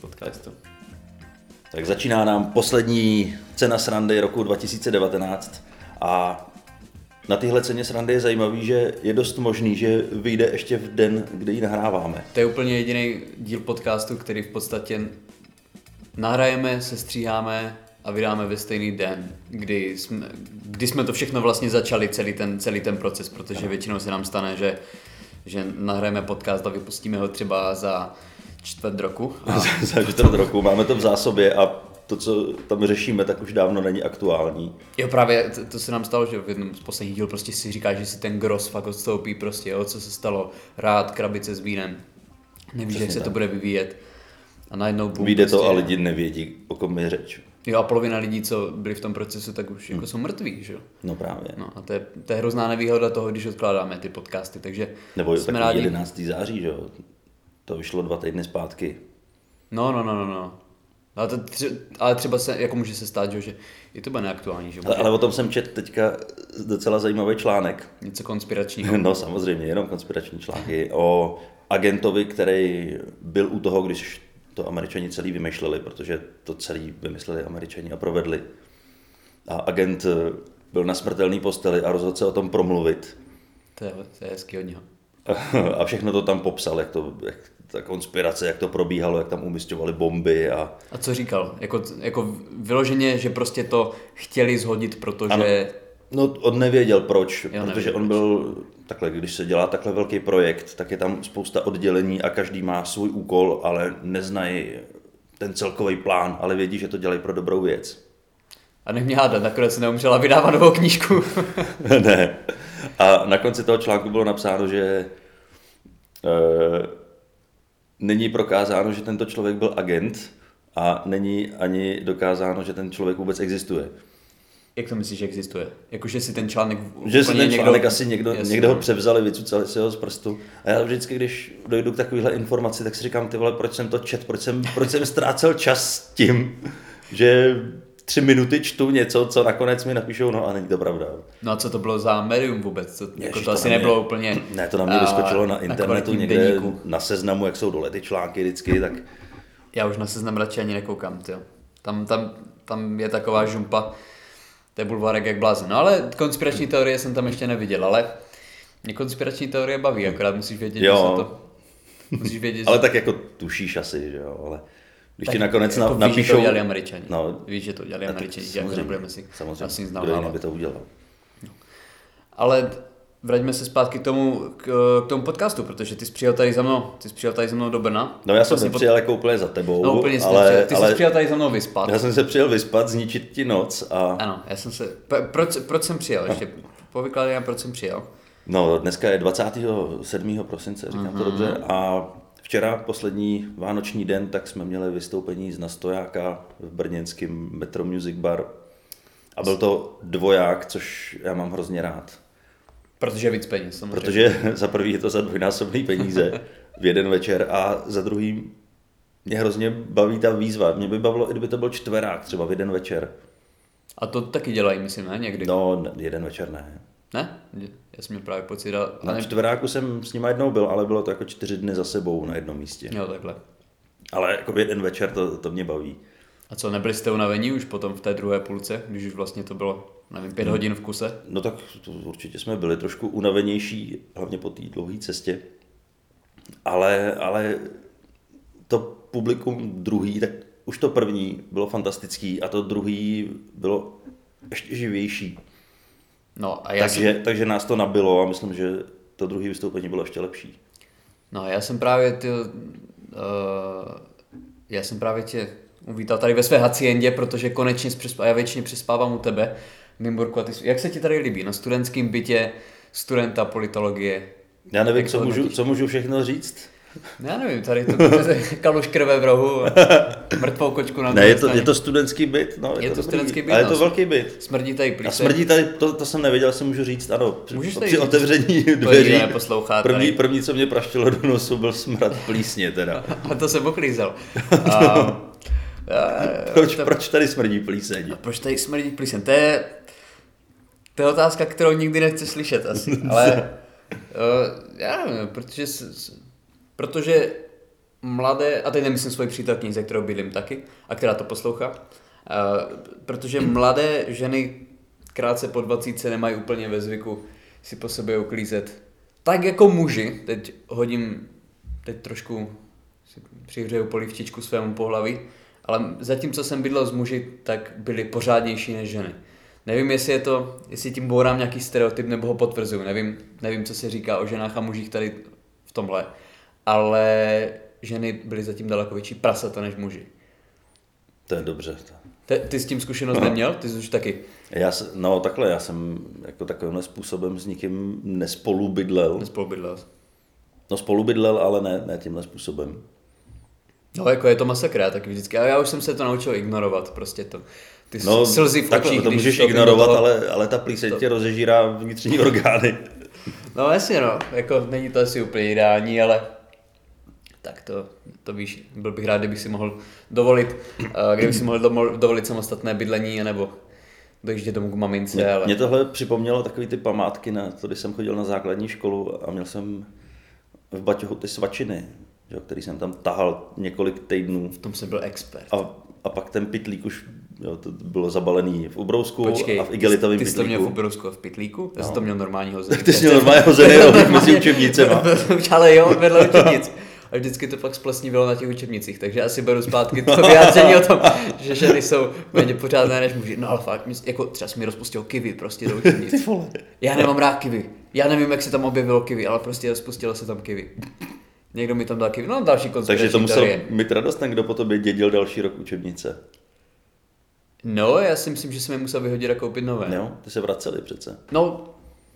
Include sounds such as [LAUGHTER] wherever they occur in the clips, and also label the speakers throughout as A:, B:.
A: podcastu. Tak začíná nám poslední cena srandy roku 2019 a na tyhle ceně srandy je zajímavý, že je dost možný, že vyjde ještě v den, kdy ji nahráváme. [LAUGHS]
B: To je úplně jediný díl podcastu, který v podstatě nahrajeme, sestříháme a vydáme ve stejný den, kdy jsme, kdy jsme to všechno vlastně začali, celý ten, celý ten proces, protože většinou se nám stane, že, že nahrajeme podcast a vypustíme ho třeba za čtvrt roku.
A: [LAUGHS]
B: A
A: Za čtvrt roku máme to v zásobě a to, co tam řešíme, tak už dávno není aktuální.
B: Jo, právě to, to se nám stalo, že v jednom z posledních dílů prostě si říká, že si ten gros fakt odstoupí prostě, jo, co se stalo, rád, krabice s vínem, nevíš, jak se to bude vyvíjet. A najednou bum,
A: Vyjde
B: prostě,
A: to a lidi nevědí, o kom je řeč.
B: Jo, a polovina lidí, co byli v tom procesu, tak už
A: Hmm.
B: jako jsou mrtví, že jo.
A: No právě.
B: No a to je, to je hrozná nevýhoda toho, když odkládáme ty podcasty, takže
A: Nebo je
B: jsme
A: taky
B: rádi.
A: 11. září, že jo? To vyšlo dva týdny zpátky.
B: No, no, no, no, no. Ale, to tře- ale třeba se, jako může se stát, že jo, že je to bude neaktuální, že jo,
A: Ale, ale o tom jsem čet teďka docela zajímavý článek.
B: něco konspiračního.
A: No samozřejmě, jenom konspirační články o agentovi, který byl u toho, když to američani celý vymýšleli, protože to celý vymysleli američani a provedli. A agent eh, byl na smrtelný posteli a rozhodl se o tom promluvit. [LAUGHS]
B: To je, to je hezký od něho.
A: A všechno to tam popsal, jak to, jak ta konspirace, jak to probíhalo, jak tam umistovali bomby a
B: A co říkal? Jako, jako vyloženě, že prostě to chtěli zhodit, protože... Ano.
A: No, on nevěděl proč, jo, protože
B: nevěděl
A: nevěděl on byl takhle, když se dělá takhle velký projekt, tak je tam spousta oddělení a každý má svůj úkol, ale neznají ten celkový plán, ale vědí, že to dělají pro dobrou věc. [LAUGHS]
B: A nech mě hádat, nakonec se neumřela vydávat novou knížku. [LAUGHS]
A: ne. A na konci toho článku bylo napsáno, že e, není prokázáno, že tento člověk byl agent a není ani dokázáno, že ten člověk vůbec existuje.
B: Jak to myslíš, že existuje? Jakože si ten článek...
A: Že si
B: úplně
A: ten článek někdo, asi někdo,
B: Jasně.
A: někdo ho převzali, vycucali si ho z prstu. A já vždycky, když dojdu k takovéhle informaci, tak si říkám, ty vole, proč jsem to čet, proč jsem, proč jsem ztrácel čas s tím, že tři minuty čtu něco, co nakonec mi napíšou, no a není to pravda.
B: No a co to bylo za médium vůbec? To, jako
A: Ježiš,
B: to asi
A: na mě-
B: nebylo úplně...
A: Ne, to na mě
B: a,
A: vyskočilo na
B: na
A: internetu
B: kvalitním
A: někde
B: deníku.
A: na seznamu, jak jsou dole ty články vždycky, tak
B: Já už na seznam radši ani nekoukám, tyjo. Tam, tam, tam je taková žumpa, to je bulvárek jak blázen. No ale konspirační teorie jsem tam ještě neviděl, ale mě konspirační teorie baví, akorát musíš vědět,
A: Jo.
B: že jsou to... Musíš vědět, že
A: ale tak jako tušíš asi, že jo, ale když
B: Tak
A: ti nakonec
B: jako
A: na,
B: víš,
A: napíšou...
B: že to udělali američani.
A: No,
B: Víš, že to udělali
A: a tak
B: američani, že jako
A: samozřejmě,
B: nebudeme si
A: samozřejmě,
B: asi nic
A: kdo jiný
B: navnávat.
A: by to udělal.
B: Ale vraťme se zpátky k tomu, k, k tomu podcastu, protože ty jsi přijel tady za mnou, ty jsi přijel tady za mnou do Brna.
A: No já jsem
B: Vlastně pod-
A: nepřijel jako úplně za tebou,
B: No úplně jsi
A: ale,
B: nepřijel. ty
A: ale
B: jsi přijel tady za mnou vyspat.
A: Já jsem se přijel vyspat, zničit ti noc a
B: Ano, já jsem se... P- proč, proč jsem přijel? Ještě povykládej nám, proč jsem přijel.
A: no dneska je 27. prosince, říkám
B: Mhm.
A: to dobře, a včera, poslední vánoční den, tak jsme měli vystoupení z Nastojáka v brněnském Metro Music Bar a byl to dvoják, což já mám hrozně rád,
B: Protože víc peněz, samozřejmě.
A: protože [LAUGHS] za prvý je to za dvojnásobný peníze v jeden večer a za druhý mě hrozně baví ta výzva. Mě by bavilo, i kdyby to byl čtverák třeba v jeden večer.
B: A to taky dělají, myslím, ne? Někdy.
A: No, ne- jeden večer ne.
B: Ne? Já jsem měl právě pocit, a... a
A: Na
B: ne...
A: čtveráku jsem s nima jednou byl, ale bylo to jako čtyři dny za sebou na jednom místě.
B: Jo, takhle.
A: Ale jako jeden večer to, to mě baví.
B: A co, nebyli jste unavení už potom v té druhé půlce, když už vlastně to bylo, nevím, pět hodin v kuse?
A: No tak to určitě jsme byli trošku unavenější, hlavně po té dlouhé cestě. Ale, ale to publikum druhý, tak už to první bylo fantastický a to druhý bylo ještě živější.
B: No a já jsem...
A: Takže, takže nás to nabilo a myslím, že to druhé vystoupení bylo ještě lepší.
B: No já jsem právě ty, uh, já jsem právě tě uvítal tady ve své haciendě, protože konečně přespávám, já většině přespávám u tebe v Nymburku. A ty, jak se ti tady líbí? Na studentském bytě studenta politologie.
A: Já nevím,
B: Jak
A: co
B: to
A: můžu,
B: hodnotíš?
A: co můžu všechno říct.
B: No Já nevím, tady to je [LAUGHS] kaluš krve v
A: [LAUGHS]
B: rohu, a mrtvou kočku na
A: Ne,
B: druhé
A: je to,
B: straně.
A: je to studentský byt, no,
B: Je to
A: dobrý.
B: studentský byt,
A: A je
B: no,
A: to
B: sm-
A: velký byt.
B: Smrdí tady
A: A
B: plísek.
A: smrdí tady, to, to jsem nevěděl, jestli můžu říct, ano, při,
B: Můžeš tady
A: při
B: říct.
A: otevření
B: nikdo
A: dveří,
B: neposlouchá tady.
A: první, první, co mě praštilo do nosu, byl smrad plísně teda.
B: [LAUGHS] [LAUGHS] A to jsem oklízel.
A: [LAUGHS]
B: A, a,
A: Proč,
B: to-
A: proč tady smrdí plíseň?
B: a proč tady smrdí plísem? To je, to je otázka, kterou nikdy nechci slyšet asi. Ale uh, já nevím, protože, s- s- protože mladé, a teď nemyslím svoji přítelkyni, ze kterou bydlím taky, a která to poslouchá, uh, protože mladé ženy krátce po 20 nemají úplně ve zvyku si po sobě uklízet. Tak jako muži, teď hodím, teď trošku si přihřeju polivčičku svému pohlaví, ale zatímco jsem bydlel s muži, tak byli pořádnější než ženy. Nevím, jestli je to, jestli tím bourám nějaký stereotyp nebo ho potvrzuju, nevím, nevím, co se říká o ženách a mužích tady v tomhle, ale ženy byly zatím daleko větší prasata než muži.
A: To je dobře.
B: Te, ty s tím
A: No.
B: zkušenost neměl? Ty jsi už taky.
A: Já, se- no takhle, já jsem jako takovýmhle způsobem s nikým nespolu bydlel.
B: Spolu bydlel. jsi.
A: No spolu bydlel, ale ne, ne tímhle způsobem.
B: No jako je to masakr, já taky vždycky, ale já už jsem se to naučil ignorovat, prostě to. Ty
A: No,
B: no, slzy v
A: takhle,
B: očích,
A: to
B: když
A: můžeš
B: vstoupím do
A: ignorovat,
B: toho-
A: ale, ale ta plíseň tě rozežírá vnitřní [LAUGHS] orgány.
B: No jasně no, jako není to asi úplně ideální, ale tak to, to víš, byl bych rád, kdybych si mohl dovolit, eh, kdybych si mohl domo- dovolit samostatné bydlení, nebo dojíždět domů k mamince, ale...
A: Mě tohle připomnělo takový ty památky, na to, když jsem chodil na základní školu a měl jsem v Baťohu ty svačiny, že jo, který jsem tam tahal několik týdnů.
B: V tom jsem byl expert.
A: A, a pak ten pitlík už jo, to bylo zabalený v ubrousku
B: Počkej,
A: a v igelitovém
B: ty jsi to měl v
A: pitlíku.
B: Uberovsku a v Pitlíku? Já jsem to měl normální hozený.
A: [LAUGHS] Ty
B: [LAUGHS]
A: jsi měl normálně hozený rohlík mezi učebnicema.
B: Ale jo, vedle učebnic. A vždycky to pak splesnívalo na těch učebnicích, takže asi beru zpátky to vyjádření o tom, že ženy jsou méně pořádné než muži. No ale fakt, mě- jako třeba jsi mi rozpustil kivy prostě do
A: Ty
B: učebnic.
A: vole.
B: Já nemám rád kivy. Já nevím, jak se tam objevilo kivy, ale prostě rozpustilo se tam kivy. Někdo mi tam dal kivy. No další konspirační
A: Takže to musel
B: teorie.
A: mít radost ten, kdo po tobě dědil další rok učebnice.
B: No, já si myslím, že jsem je musel vyhodit a koupit nové.
A: Jo, No, ty se vraceli přece.
B: No,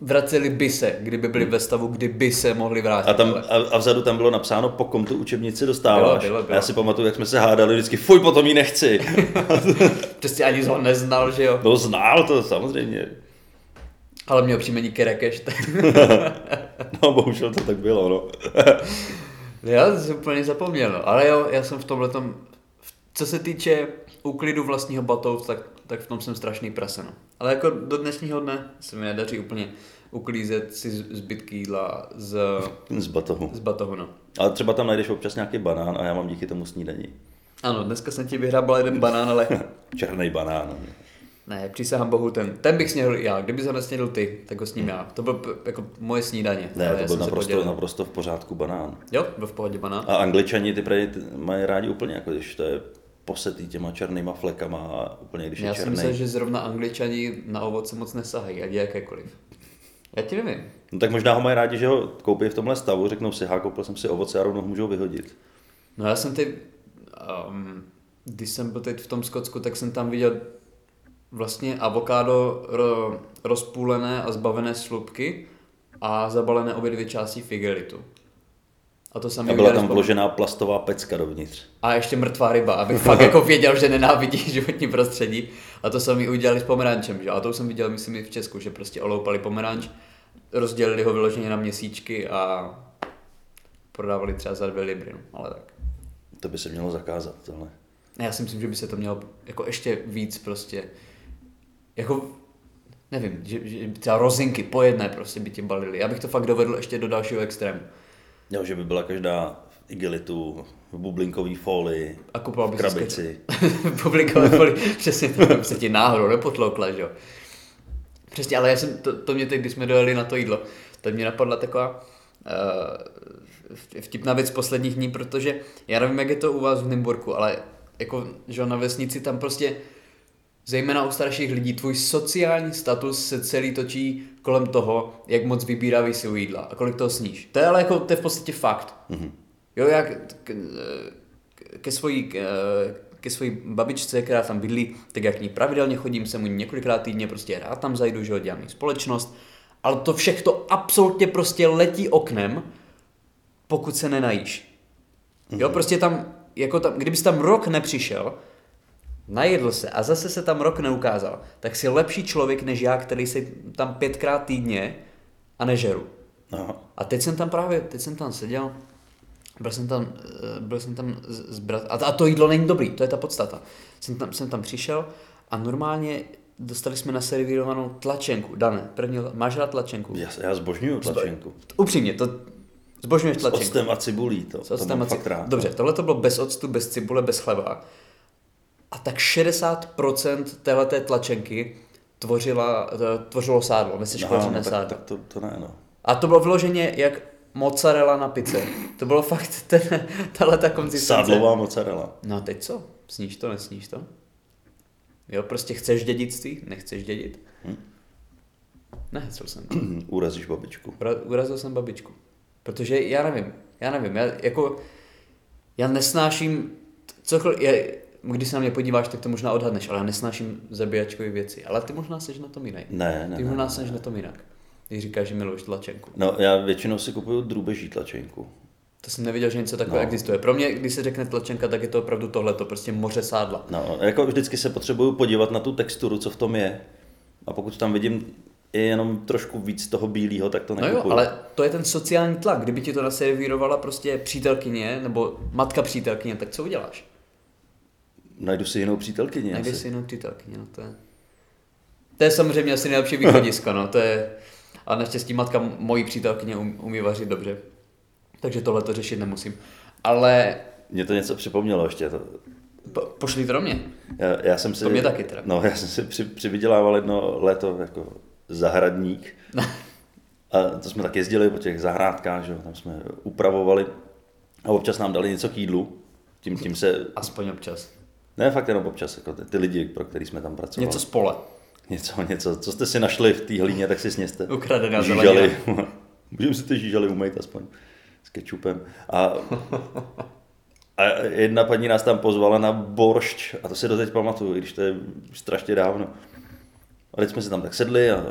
B: vraceli by se, kdyby byli ve stavu, kdyby se mohli vrátit.
A: A, tam,
B: ale-
A: a, a vzadu tam bylo napsáno, po kom tu učebnici dostáváš.
B: Bylo, bylo, bylo.
A: A já si pamatuju, jak jsme se hádali vždycky, fuj, potom ji nechci.
B: Prostě ani ho neznal, že jo.
A: No znal to samozřejmě.
B: Ale měl příjmení Kerekeš. tak-
A: No bohužel to tak bylo, no.
B: já jsem úplně zapomněl. no. Ale jo, já jsem v tomhle tom... Co se týče úklidu vlastního batou, tak, tak v tom jsem strašný praseno. Ale jako do dnešního dne se mi nedaří úplně uklízet si z- zbytky jídla z,
A: Z batohu.
B: z batohu, no.
A: Ale třeba tam najdeš občas nějaký banán a já mám díky tomu snídaní.
B: Ano, dneska jsem ti vyhrábal jeden banán,
A: [LAUGHS]
B: ale
A: Černý banán.
B: Ne, přísahám bohu, ten, ten bych snědl já. Kdyby ho nesnědl ty, tak ho sním já. To byl p- jako moje snídaně.
A: Ne,
B: ale
A: to
B: já
A: byl
B: jsem se
A: naprosto,
B: podělil.
A: naprosto v pořádku banán.
B: Jo, byl v pohodě banán.
A: A angličani ty prej t- mají rádi úplně, jako když to je posetý těma černýma flekama a úplně když
B: Já
A: je
B: si
A: černý.
B: myslel, že zrovna angličani na ovoce moc nesahají, ať je jakékoliv. Já ti nevím.
A: No tak možná ho mají rádi, že ho koupí v tomhle stavu, řeknou si, ha, koupil jsem si ovoce a rovnou ho můžou vyhodit.
B: No já jsem teď, um, když jsem byl teď v tom Skotsku, tak jsem tam viděl vlastně avokádo ro, rozpůlené a zbavené slupky a zabalené obě dvě části v igelitu. A to samé
A: A byla
B: udělali
A: tam
B: s-
A: vložená plastová pecka dovnitř.
B: A ještě mrtvá ryba, abych fakt jako věděl, že nenávidí [LAUGHS] životní prostředí. A to sami udělali s pomerančem, že? A to už jsem viděl, myslím, i v Česku, že prostě oloupali pomeranč, rozdělili ho vyloženě na měsíčky a prodávali třeba za dvě libry, no, ale tak.
A: To by se mělo zakázat, tohle.
B: Ne, já si myslím, že by se to mělo jako ještě víc prostě, jako nevím, že, že třeba rozinky po jedné prostě by ti balili. Já bych to fakt dovedl ještě do dalšího extrému.
A: Jo, že by byla každá v igelitu, v bublinkové folii,
B: A kupoval
A: v
B: bych si
A: krabici.
B: [LAUGHS] publikovat poli, přesně to se ti náhodou nepotloukla, že jo. Přesně, ale já jsem, to, to mě teď, když jsme dojeli na to jídlo, tak mě napadla taková uh, vtipná věc z posledních dní, protože já nevím, jak je to u vás v Nymburku, ale jako, že jo, na vesnici tam prostě zejména u starších lidí, tvůj sociální status se celý točí kolem toho, jak moc vybíravý si u jídla a kolik toho sníš. To je ale jako, to je v podstatě fakt. Mm-hmm. Jo, jak k, k- ke svojí, k, ke svojí babičce, která tam bydlí, tak jak k ní pravidelně chodím, jsem u ní několikrát týdně, prostě rád tam zajdu, že jo, dělám jí společnost, ale to všechno absolutně prostě letí oknem, pokud se nenajíš. Jo, prostě tam, jako tam, kdybys tam rok nepřišel, najedl se a zase se tam rok neukázal, tak si lepší člověk než já, který se tam pětkrát týdně a nežeru.
A: Aha.
B: A teď jsem tam právě, teď jsem tam seděl, byl jsem tam, eh, byl jsem tam z, z brat, a, a to jídlo není dobrý, to je ta podstata. Jsem tam, jsem tam přišel a normálně dostali jsme naservírovanou tlačenku, Dane, první, máš rád tlačenku?
A: Já, já zbožňuju tlačenku.
B: Upřímně, to zbožňuješ
A: S
B: tlačenku.
A: octem a cibulí to.
B: S octem
A: to
B: a
A: mám
B: ci-
A: fakt rád. no.
B: Dobře, tohle to bylo bez octu, bez cibule, bez chleba. A tak 60% téhleté tlačenky tvořila, eh, tvořilo sádlo,
A: Aha,
B: mesečkovařené
A: no, tak,
B: sádlo.
A: tak to, to ne, no.
B: A to bylo vyloženě jak mozzarella na pice. To bylo fakt ten, tahle ta konzistence.
A: Sádlová mozzarella. [CLEARS THROAT]
B: No a teď co? Sníš to, nesníš to? Jo, prostě chceš dědictví, nechceš dědit?
A: Hm?
B: Nehecel jsem.
A: Urazíš babičku.
B: Ura- Urazil jsem babičku. Protože já nevím, já nevím, já jako, já nesnáším, cokoliv, já, když se na mě podíváš, tak to možná odhadneš, ale já nesnáším zabíjačkové věci. Ale ty možná seš na tom jiný.
A: Ne, ne,
B: Ty
A: ne,
B: možná
A: ne,
B: seš na tom jinak. Když říkáš, že miluješ tlačenku.
A: No, já většinou si kupuju drůbeží tlačenku.
B: To jsem nevěděl, že něco takového
A: No.
B: existuje. Pro mě, když se řekne tlačenka, tak je to opravdu tohleto, prostě moře sádla.
A: No, jako vždycky se potřebuju podívat na tu texturu, co v tom je. A pokud tam vidím je jenom trošku víc toho bílého, tak to
B: No
A: nekupuju.
B: jo, ale to je ten sociální tlak. Kdyby ti to naservírovala prostě přítelkyně nebo matka přítelkyně, tak co uděláš?
A: Najdu si jinou přítelkyni.
B: Najdeš
A: asi.
B: si jinou přítelkyni, no to je... To je samozřejmě asi [LAUGHS] nejlepší východisko, no to je... A naštěstí matka m- mojí přítelkyně um- umí vařit dobře. Takže tohle to řešit nemusím. Ale
A: Mě to něco připomnělo ještě. To,
B: po- pošli to do mě. [LAUGHS]
A: já, já jsem si,
B: To mě taky teda.
A: No, já jsem si při, přivydělával jedno léto jako zahradník. A to jsme tak jezdili po těch zahrádkách, že jo, tam jsme upravovali. A občas nám dali něco k jídlu. Tím, tím se,
B: Aspoň občas.
A: ne fakt jenom občas, jako ty, ty lidi, pro který jsme tam pracovali.
B: Něco z pole.
A: Něco, něco. Co jste si našli v té hlíně, tak si sněste.
B: Ukradená
A: Žížaly. [LAUGHS] Můžeme si ty žížaly umýt aspoň s kečupem. A, a jedna paní nás tam pozvala na boršť a to si doteď pamatuju, i když to je strašně dávno. A teď jsme si tam tak sedli a,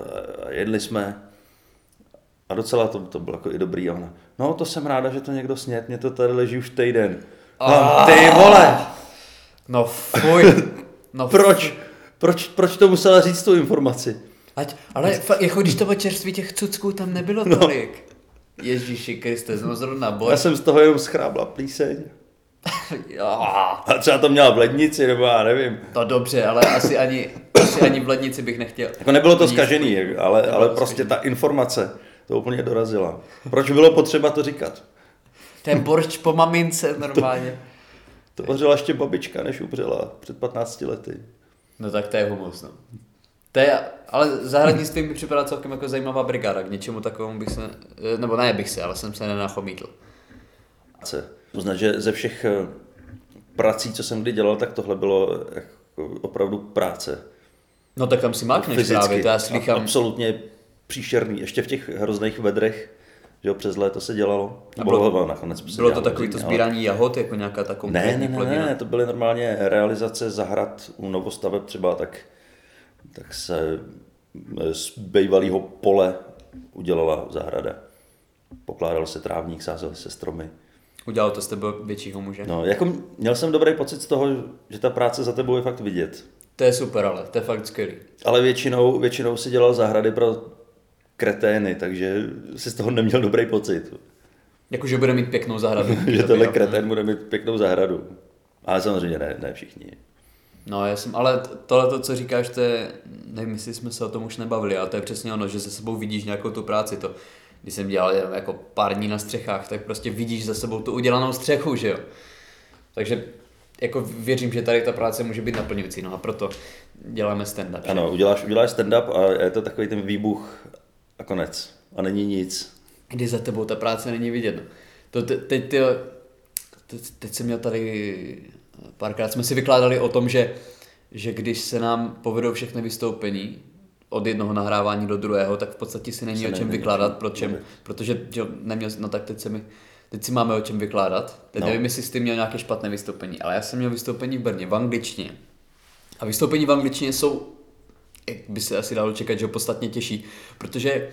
A: a jedli jsme. A docela to, to bylo jako i dobrý. A ona, no to jsem ráda, že to někdo snět, mě to tady leží už týden. A ty vole,
B: No [LAUGHS] fuj. No
A: proč, proč, proč to musela říct tu informaci?
B: Ať, ale fakt, jako když to bylo čerství, těch cucků tam nebylo tolik. No. Ježíši Kriste, no zrovna boj.
A: Já jsem z toho jenom schrábla plíseň.
B: Já.
A: A třeba to měla v lednici, nebo já nevím.
B: To dobře, ale asi ani, asi ani v lednici bych nechtěl.
A: Jako nebylo to
B: Nic.
A: zkažený, ale, ale
B: to
A: prostě ta informace to úplně dorazila. Proč bylo potřeba to říkat?
B: To je borč po mamince normálně.
A: To vařila ještě babička, než umřela před 15 lety.
B: No tak to je humus, no. To je, ale zahradnictví mi připadá celkem jako zajímavá brigáda, k něčemu takovému bych se, eh, nebo ne bych se, ale jsem se nenachomítl.
A: Se. Uznat, že ze všech eh, prací, co jsem kdy dělal, tak tohle bylo jako opravdu práce.
B: No tak tam si mákneš
A: Fyzicky.
B: právě, to já
A: A-
B: slychám.
A: Absolutně příšerný. Ještě v těch hrozných vedrech, že jo, přes léto se dělalo.
B: A
A: bylo,
B: bylo-
A: bylo, nakonec se
B: Bylo to
A: dělalo,
B: takový to
A: ale-
B: sbírání jahod, jako nějaká ta konkrétní
A: Ne, ne, ne,
B: plodina.
A: ne, to byly normálně realizace zahrad u novostaveb třeba, tak, tak se z bývalého pole udělala zahrada. Pokládal se trávník, sázel se stromy.
B: Udělal to z tebe většího muže.
A: No, jako měl jsem dobrý pocit z toho, že ta práce za tebou je fakt vidět.
B: To je super, ale to je fakt skvělý.
A: Ale většinou, většinou si dělal zahrady pro kretény, takže si z toho neměl dobrý pocit. [LAUGHS]
B: Jakože bude mít pěknou zahradu.
A: že
B: To
A: tenhle
B: jo.
A: kretén bude mít pěknou zahradu. Ale samozřejmě ne, ne všichni.
B: No, já jsem, ale tohle, to, co říkáš, to je, nevím, jestli jsme se o tom už nebavili, ale to je přesně ono, že za sebou vidíš nějakou tu práci. To, když jsem dělal jenom jako pár dní na střechách, tak prostě vidíš za sebou tu udělanou střechu, že jo. Takže jako věřím, že tady ta práce může být naplňující, no a proto děláme stand-up. že?
A: Ano, uděláš, uděláš stand-up a je to takový ten výbuch a konec. A není nic.
B: kdy za tebou ta práce není vidět. No. To te, teď, ty, teď, teď jsem měl tady, párkrát jsme si vykládali o tom, že, že když se nám povedou všechny vystoupení, od jednoho nahrávání do druhého, tak v podstatě si není
A: Se
B: o čem
A: není o
B: vykládat,
A: čem
B: pro čem,
A: mluvit.
B: protože že, jo, neměl, no tak teď se mi, teď si máme o čem vykládat. Teď
A: No.
B: no. nevím, jestli jsi ty měl nějaké špatné vystoupení, ale já jsem měl vystoupení v Brně, v angličtině. A vystoupení v angličtině jsou, jak by se asi dalo čekat, že podstatně těžší, protože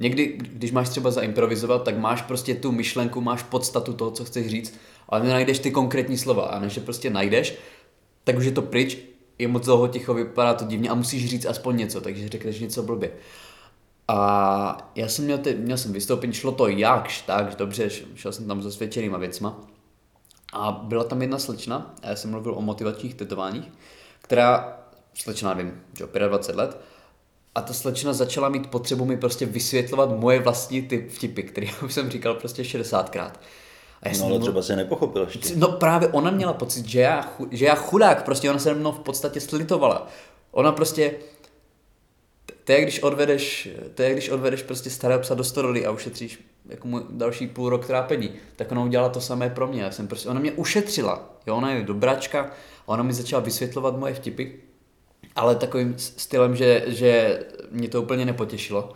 B: někdy, když máš třeba zaimprovizovat, tak máš prostě tu myšlenku, máš podstatu toho, co chceš říct, ale nenajdeš ty konkrétní slova. A než je prostě najdeš, tak už je to pryč, je moc dlouho ticho, vypadá to divně a musíš říct aspoň něco, takže řekneš něco blbě. A já jsem měl, ty, měl jsem vystoupení, šlo to jakž, tak dobře, šel jsem tam s osvědčenýma věcma. A byla tam jedna slečna, a já jsem mluvil o motivačních tetováních, která, slečna, nevím, že jo, 25 let, a ta slečna začala mít potřebu mi prostě vysvětlovat moje vlastní ty vtipy, které [LAUGHS] už jsem říkal prostě 60krát. A já
A: No
B: jsem
A: ale
B: byl-
A: třeba se nepochopil ještě.
B: No právě ona měla pocit, že já, chu- že já chudák, prostě ona se mnou v podstatě slitovala. Ona prostě, to je jak když odvedeš, to je jak když odvedeš prostě starého psa do stodoly a ušetříš jako mu další půl rok trápení, tak ona udělala to samé pro mě. Já jsem prostě, ona mě ušetřila, jo, ona je dobračka a ona mi začala vysvětlovat moje vtipy, ale takovým s- stylem, že, že mě to úplně nepotěšilo.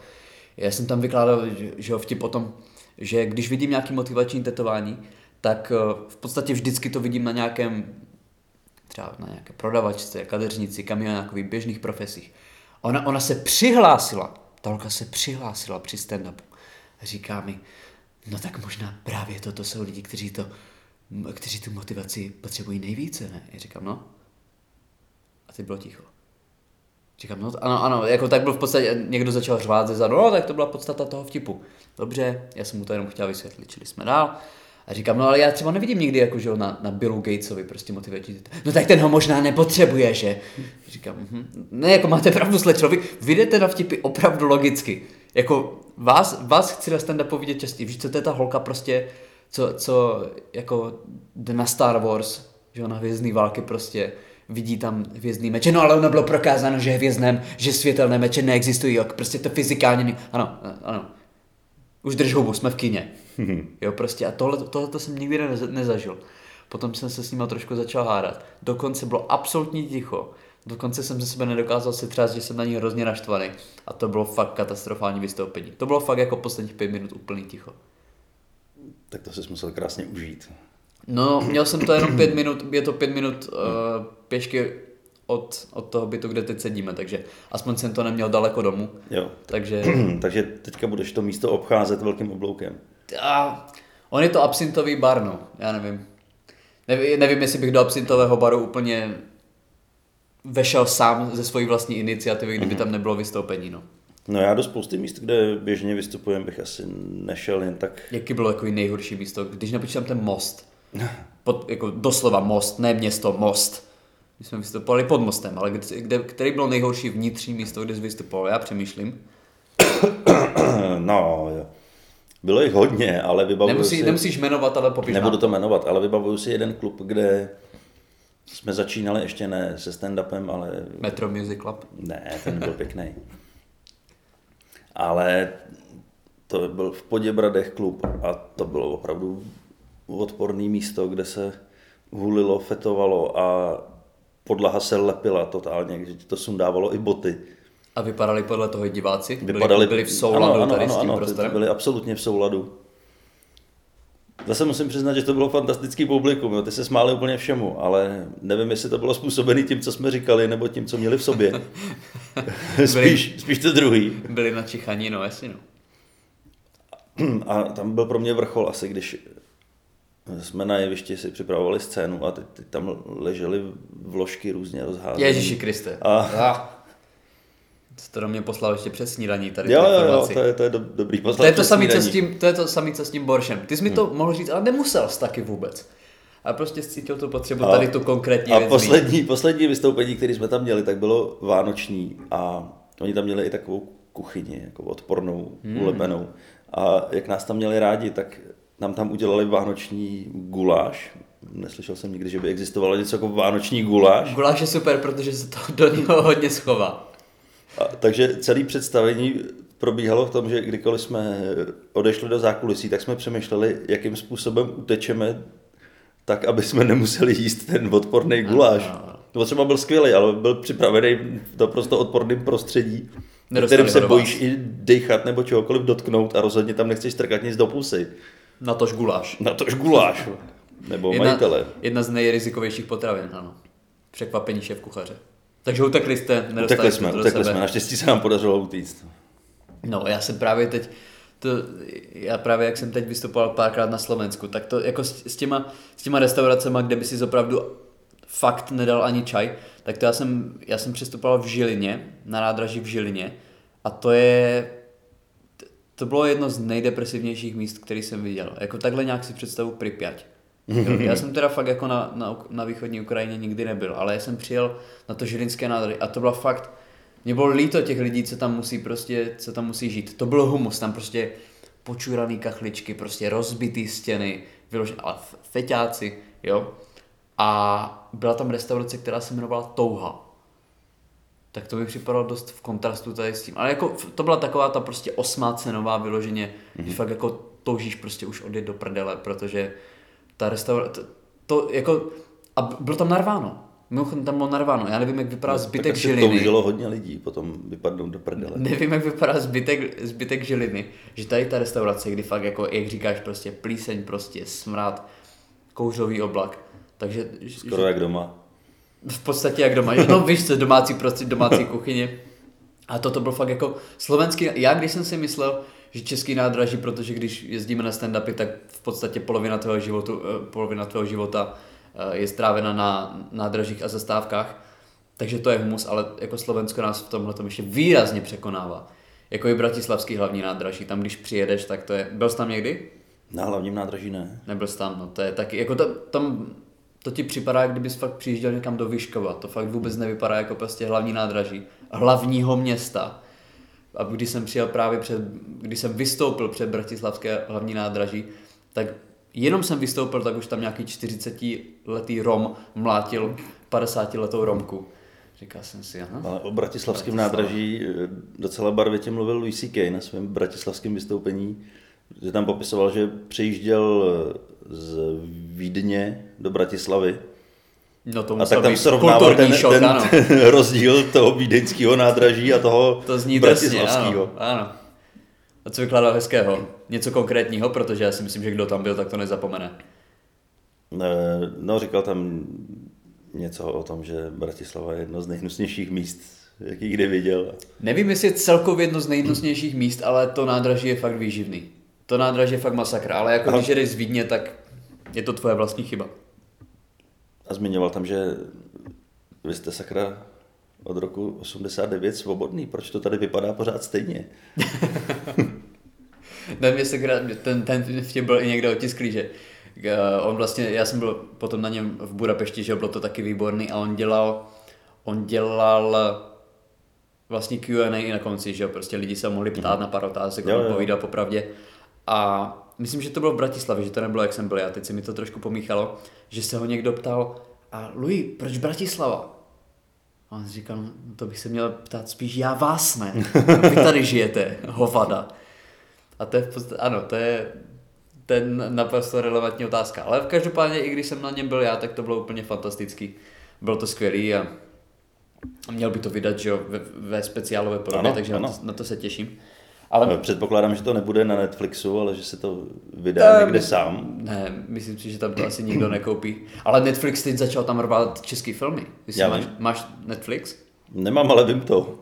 B: Já jsem tam vykládal, že, že jo, vtip o tom, že když vidím nějaký motivační tetování, tak eh, v podstatě vždycky to vidím na nějakém třeba na nějaké prodavačce, kadeřnici, kamionákovi, běžných profesích. Ona, ona se přihlásila, ta holka se přihlásila při stand-upu. Říká mi, no tak možná právě toto jsou lidi, kteří to, m- kteří tu motivaci potřebují nejvíce, ne? Já říkám, no. A teď bylo ticho. Říkám, no ano, ano, jako tak byl v podstatě, někdo začal řvát ze zadu, no tak to byla podstata toho vtipu. Dobře, já jsem mu to jenom chtěl vysvětlit, čili jsme dál. A říkám, no ale já třeba nevidím nikdy jako, že jo, na, na Billu Gatesovi prostě motivační. tet- No tak ten ho možná nepotřebuje, že? Říkám, mhm. ne, jako máte pravdu, slečno, vy, vy jdete na vtipy opravdu logicky. Jako vás, vás chci na stand-upu vidět častěji. Víš, co to je ta holka prostě, co, co jako jde na Star Wars, že jo, na hvězdný války prostě vidí tam hvězdný meče, no ale ono bylo prokázáno, že hvězdném, že světelné meče neexistují, jo, prostě to fyzikálně, ne- ano, ano, už drž hubu, jsme v kině. Jo, prostě a tohle, tohle to jsem nikdy neza- nezažil. Potom jsem se s nima trošku začal hádat. Dokonce bylo absolutní ticho. Dokonce jsem ze sebe nedokázal si třást, že jsem na ní hrozně naštvaný. A to bylo fakt katastrofální vystoupení. To bylo fakt jako posledních pět minut úplný ticho.
A: Tak to si musel krásně užít.
B: No, měl jsem to jenom pět minut, je to pět minut uh, pěšky od, od toho bytu, kde teď sedíme, takže aspoň jsem to neměl daleko domů.
A: Jo.
B: Takže
A: [CLEARS THROAT] Takže teďka budeš to místo obcházet velkým obloukem.
B: A on je to absintový bar, no. Já nevím. Nevím, nevím jestli bych do absintového baru úplně vešel sám ze svojí vlastní iniciativy, kdyby tam nebylo vystoupení, no.
A: No já do spousty míst, kde běžně vystupujem, bych asi nešel jen tak.
B: Jaký bylo takový nejhorší místo, když nepočítám ten most. Pod, jako doslova most, ne město, most. My jsme vystupovali pod mostem, ale kde, kde, který bylo nejhorší vnitřní místo, kde jsi vystupoval? Já přemýšlím.
A: No, jo. Bylo jich hodně, ale vybavuju
B: Hm. Nemusí,
A: si...
B: nemusíš jmenovat, ale popiš
A: Nebudu
B: nám.
A: to jmenovat, ale vybavuju si jeden klub, kde jsme začínali ještě ne se stand-upem, ale
B: Metro Music Club.
A: Ne, ten byl pěkný. Ale to byl v Poděbradech klub a to bylo opravdu odporné místo, kde se hulilo, fetovalo a podlaha se lepila totálně, že ti to sundávalo i boty.
B: A vypadali podle toho i diváci? Byli, byli v souladu
A: ano, ano,
B: tady
A: ano,
B: s tím
A: ano,
B: prostorem?
A: ty Byli absolutně v souladu. Zase musím přiznat, že to bylo fantastický publikum, jo. ty se smáli úplně všemu, ale nevím, jestli to bylo způsobené tím, co jsme říkali, nebo tím, co měli v sobě.
B: [LAUGHS]
A: [LAUGHS] spíš, spíš to druhý. [CLEARS THROAT]
B: Byli na Čichaní, no jasně no.
A: A tam byl pro mě vrchol asi, když jsme na jevišti si připravovali scénu a teď, teď tam ležely vložky různě rozházené.
B: Ježíši Kriste.
A: A-
B: A. Co to do mě poslal ještě před snídaní tady
A: Jo,
B: tu
A: jo, jo,
B: informaci.
A: to je, to je do, dobrý poslání.
B: to, je to, samý, co s tím, to je to samý, co s tím Boršem. Ty jsi mi to
A: Hmm.
B: mohl říct, ale nemusel jsi taky vůbec. A prostě cítil tu potřebu
A: A-
B: tady tu konkrétní
A: A
B: věc mít.
A: poslední, poslední vystoupení, které jsme tam měli, tak bylo vánoční a oni tam měli i takovou kuchyni, jako odpornou, ulepenou. A jak nás tam měli rádi, tak nám tam udělali vánoční guláš. Neslyšel jsem nikdy, že by existovalo něco jako vánoční guláš.
B: Guláš je super, protože se to do něho hodně schová.
A: A, takže celé představení probíhalo v tom, že kdykoliv jsme odešli do zákulisí, tak jsme přemýšleli, jakým způsobem utečeme tak, aby jsme nemuseli jíst ten odporný guláš. To třeba byl skvělý, ale byl připravený v naprosto odporném prostředí, v
B: Nedostali
A: kterém se
B: ho do vás.
A: bojíš i dechat nebo čehokoliv dotknout a rozhodně tam nechceš strkat nic do pusy.
B: Na tož guláš.
A: Na tož guláš. Nebo majitele.
B: jedna z nejrizikovějších potravin, ano. Překvapení šéf kuchaře. Takže utekli jste, nedostali
A: Utekli
B: jste
A: jsme,
B: to do
A: utekli
B: sebe.
A: jsme. Naštěstí se nám podařilo utíct.
B: No, já jsem právě teď to, já právě jak jsem teď vystupoval párkrát na Slovensku, tak to jako s, s, těma, s těma restauracema, kde by si opravdu fakt nedal ani čaj, tak to já jsem, já jsem přestupoval v Žilině, na nádraží v Žilině a to je, to bylo jedno z nejdepresivnějších míst, který jsem viděl. Jako takhle nějak si představu Pripyat. Jo, já jsem teda fakt jako na, na, na východní Ukrajině nikdy nebyl, ale já jsem přijel na to žilinské nádraží a to byla fakt, mě bylo líto těch lidí, co tam musí prostě, co tam musí žít. To byl humus, tam prostě počuraný kachličky, prostě rozbitý stěny, vyložené, ale f- feťáci, jo. A byla tam restaurace, která se jmenovala Touha. Tak to mi připadalo dost v kontrastu tady s tím. Ale jako f- to byla taková ta prostě osmácenová vyloženě, mm-hmm.
A: Mhm.
B: když fakt jako toužíš prostě už odjet do prdele, protože ta restaurace, to, to jako, a b- bylo tam narváno. Mimochodem tam bylo narváno, já nevím, jak vypadá no, zbytek
A: tak asi
B: žiliny.
A: toužilo hodně lidí, potom vypadnou do prdele.
B: Nevím, jak vypadá zbytek, zbytek žiliny, že tady ta restaurace, kdy fakt jako, jak říkáš, prostě plíseň, prostě smrad, kouřový oblak, takže že-
A: Skoro jak doma.
B: v podstatě jak doma, že no víš co, domácí prostě domácí kuchyně. A toto byl fakt jako slovenský, já když jsem si myslel, že český nádraží, protože když jezdíme na stand-upy, tak v podstatě polovina tvého, životu, eh, polovina tvého života eh, je strávena na nádražích a zastávkách, takže to je humus, ale jako Slovensko nás v tomhle ještě výrazně překonává. Jako i bratislavský hlavní nádraží, tam když přijedeš, tak to je, byl jsi tam někdy?
A: Na hlavním nádraží ne.
B: Nebyl jsi tam, no to je taky, jako tam, tam to ti připadá, jak kdybys fakt přijížděl někam do Vyškova, to fakt vůbec nevypadá jako prostě hlavní nádraží, hlavního města. A když jsem přijel právě před, když jsem vystoupil před Bratislavské hlavní nádraží, tak jenom jsem vystoupil, tak už tam nějaký 40-letý Rom mlátil 50-letou Romku. Říkal jsem si, aha.
A: Ale o bratislavském
B: Bratislava.
A: nádraží eh, docela barvitě mluvil Louis C.K. na svém bratislavském vystoupení, že tam popisoval, že přejížděl eh, z Vídně do Bratislavy
B: No to
A: a
B: musel
A: tak tam
B: být
A: srovnával
B: kulturní
A: ten,
B: šok, ano.
A: ten, ten [LAUGHS] rozdíl toho vídeňského nádraží a toho
B: To zní drsně, ano,
A: bratislavského.
B: ano. A co vykládal hezkého? Něco konkrétního, protože já si myslím, že kdo tam byl, tak to nezapomene.
A: Eh, No, říkal tam něco o tom, že Bratislava je jedno z nejhnusnějších míst, jaký kdy viděl.
B: Nevím, jestli je celkově jedno z nejhnusnějších míst, ale to nádraží je fakt výživný. To nádraží je fakt masakr, ale jako
A: Aha.
B: když jedeš z Vídně, tak je to tvoje vlastní chyba.
A: A zmiňoval tam, že vy jste sakra od roku 89 svobodný, proč to tady vypadá pořád stejně?
B: Ten, mě se, krát- ten, ten vtip byl i někde otisklý, že eh, on vlastně, já jsem byl potom na něm v Budapešti, že jo, bylo to taky výborný a on dělal, on dělal eh, vlastně Q&A i na konci, že jo, prostě lidi se mohli ptát na pár otázek,
A: Mhm. Jo,
B: on
A: jo.
B: povídal popravdě a myslím, že to bylo v Bratislavě, že to nebylo, jak jsem byl já, teď se mi to trošku pomíchalo, že se ho někdo ptal, a Louis, proč Bratislava? A on říkal, no, to bych se měl ptát spíš já vás ne. Vy tady žijete, hovada. A to je v podstatě, ano, to je ten naprosto relevantní otázka. Ale v každopádně, i když jsem na něm byl já, tak to bylo úplně fantastický. Bylo to skvělý a a měl by to vydat, že jo, ve, ve speciálové podobě,
A: Ano,
B: takže Na,
A: ano.
B: to, na to se těším. Ale
A: Eh, Předpokládám, že to nebude na Netflixu, ale že se to vydá
B: Ehm.
A: někde sám.
B: ne, myslím si, že tam to asi nikdo nekoupí. Ale Netflix teď začal tam rvát český filmy. Jestli
A: Já
B: máš,
A: vím.
B: máš Netflix?
A: Nemám, ale vím to.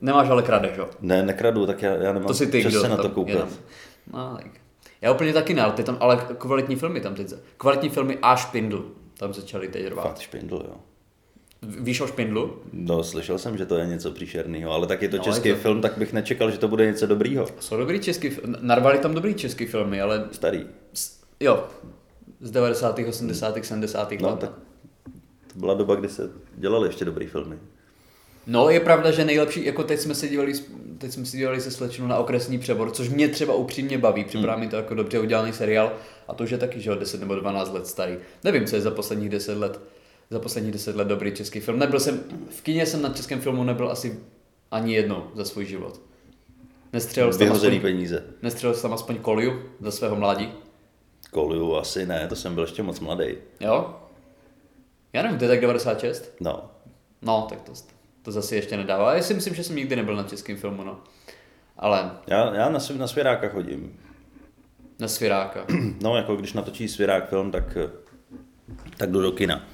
B: Nemáš ale kradeš, jo?
A: Ne, nekradu, tak já, já nemám
B: To si ty,
A: čas
B: kdo
A: se na to
B: tam je tam.
A: koukat.
B: No, tak. Já úplně taky ne, ale, ty tam, ale kvalitní filmy tam teď. za- Kvalitní filmy a Špindl tam začali teď rvát.
A: Fakt špindl, jo.
B: Víš o Špindlu?
A: No, slyšel jsem, že to je něco příšerného, ale tak je to
B: No,
A: no,
B: je
A: český
B: to-
A: film, tak bych nečekal, že to bude něco dobrýho.
B: Jsou dobrý český, fi- narvali tam dobrý český filmy, ale
A: Starý.
B: s- jo, z 90. 80. 70.
A: No,
B: let.
A: tak to byla doba, kdy se dělaly ještě dobrý filmy.
B: No, je pravda, že nejlepší, jako teď jsme se dívali, s- teď jsme se dívali se slečnou na okresní přebor, což mě třeba upřímně baví, připadá
A: Hmm.
B: mi to jako dobře udělaný seriál a to už je taky, že jo, 10 nebo 12 let starý. Nevím, co je za posledních 10 let, za posledních 10 let dobrý český film. Nebyl jsem, v kině jsem na českém filmu nebyl asi ani jednou za svůj život. Nestřelil jsem,
A: Vyhozený
B: aspoň,
A: peníze.
B: nestřelil jsem aspoň kolju za svého mládí,
A: Koliu asi ne, to jsem byl ještě moc mladý.
B: jo? Já nevím, to je tak 96?
A: No,
B: No, tak to, to zase ještě nedává. Já si myslím, že jsem nikdy nebyl na českém filmu, no. Ale
A: já, já na, sv- na svěráka chodím. [CLEARS THROAT]
B: Na Sviráka.
A: No, jako když natočí svěrák film, tak, eh, tak jdu do kina.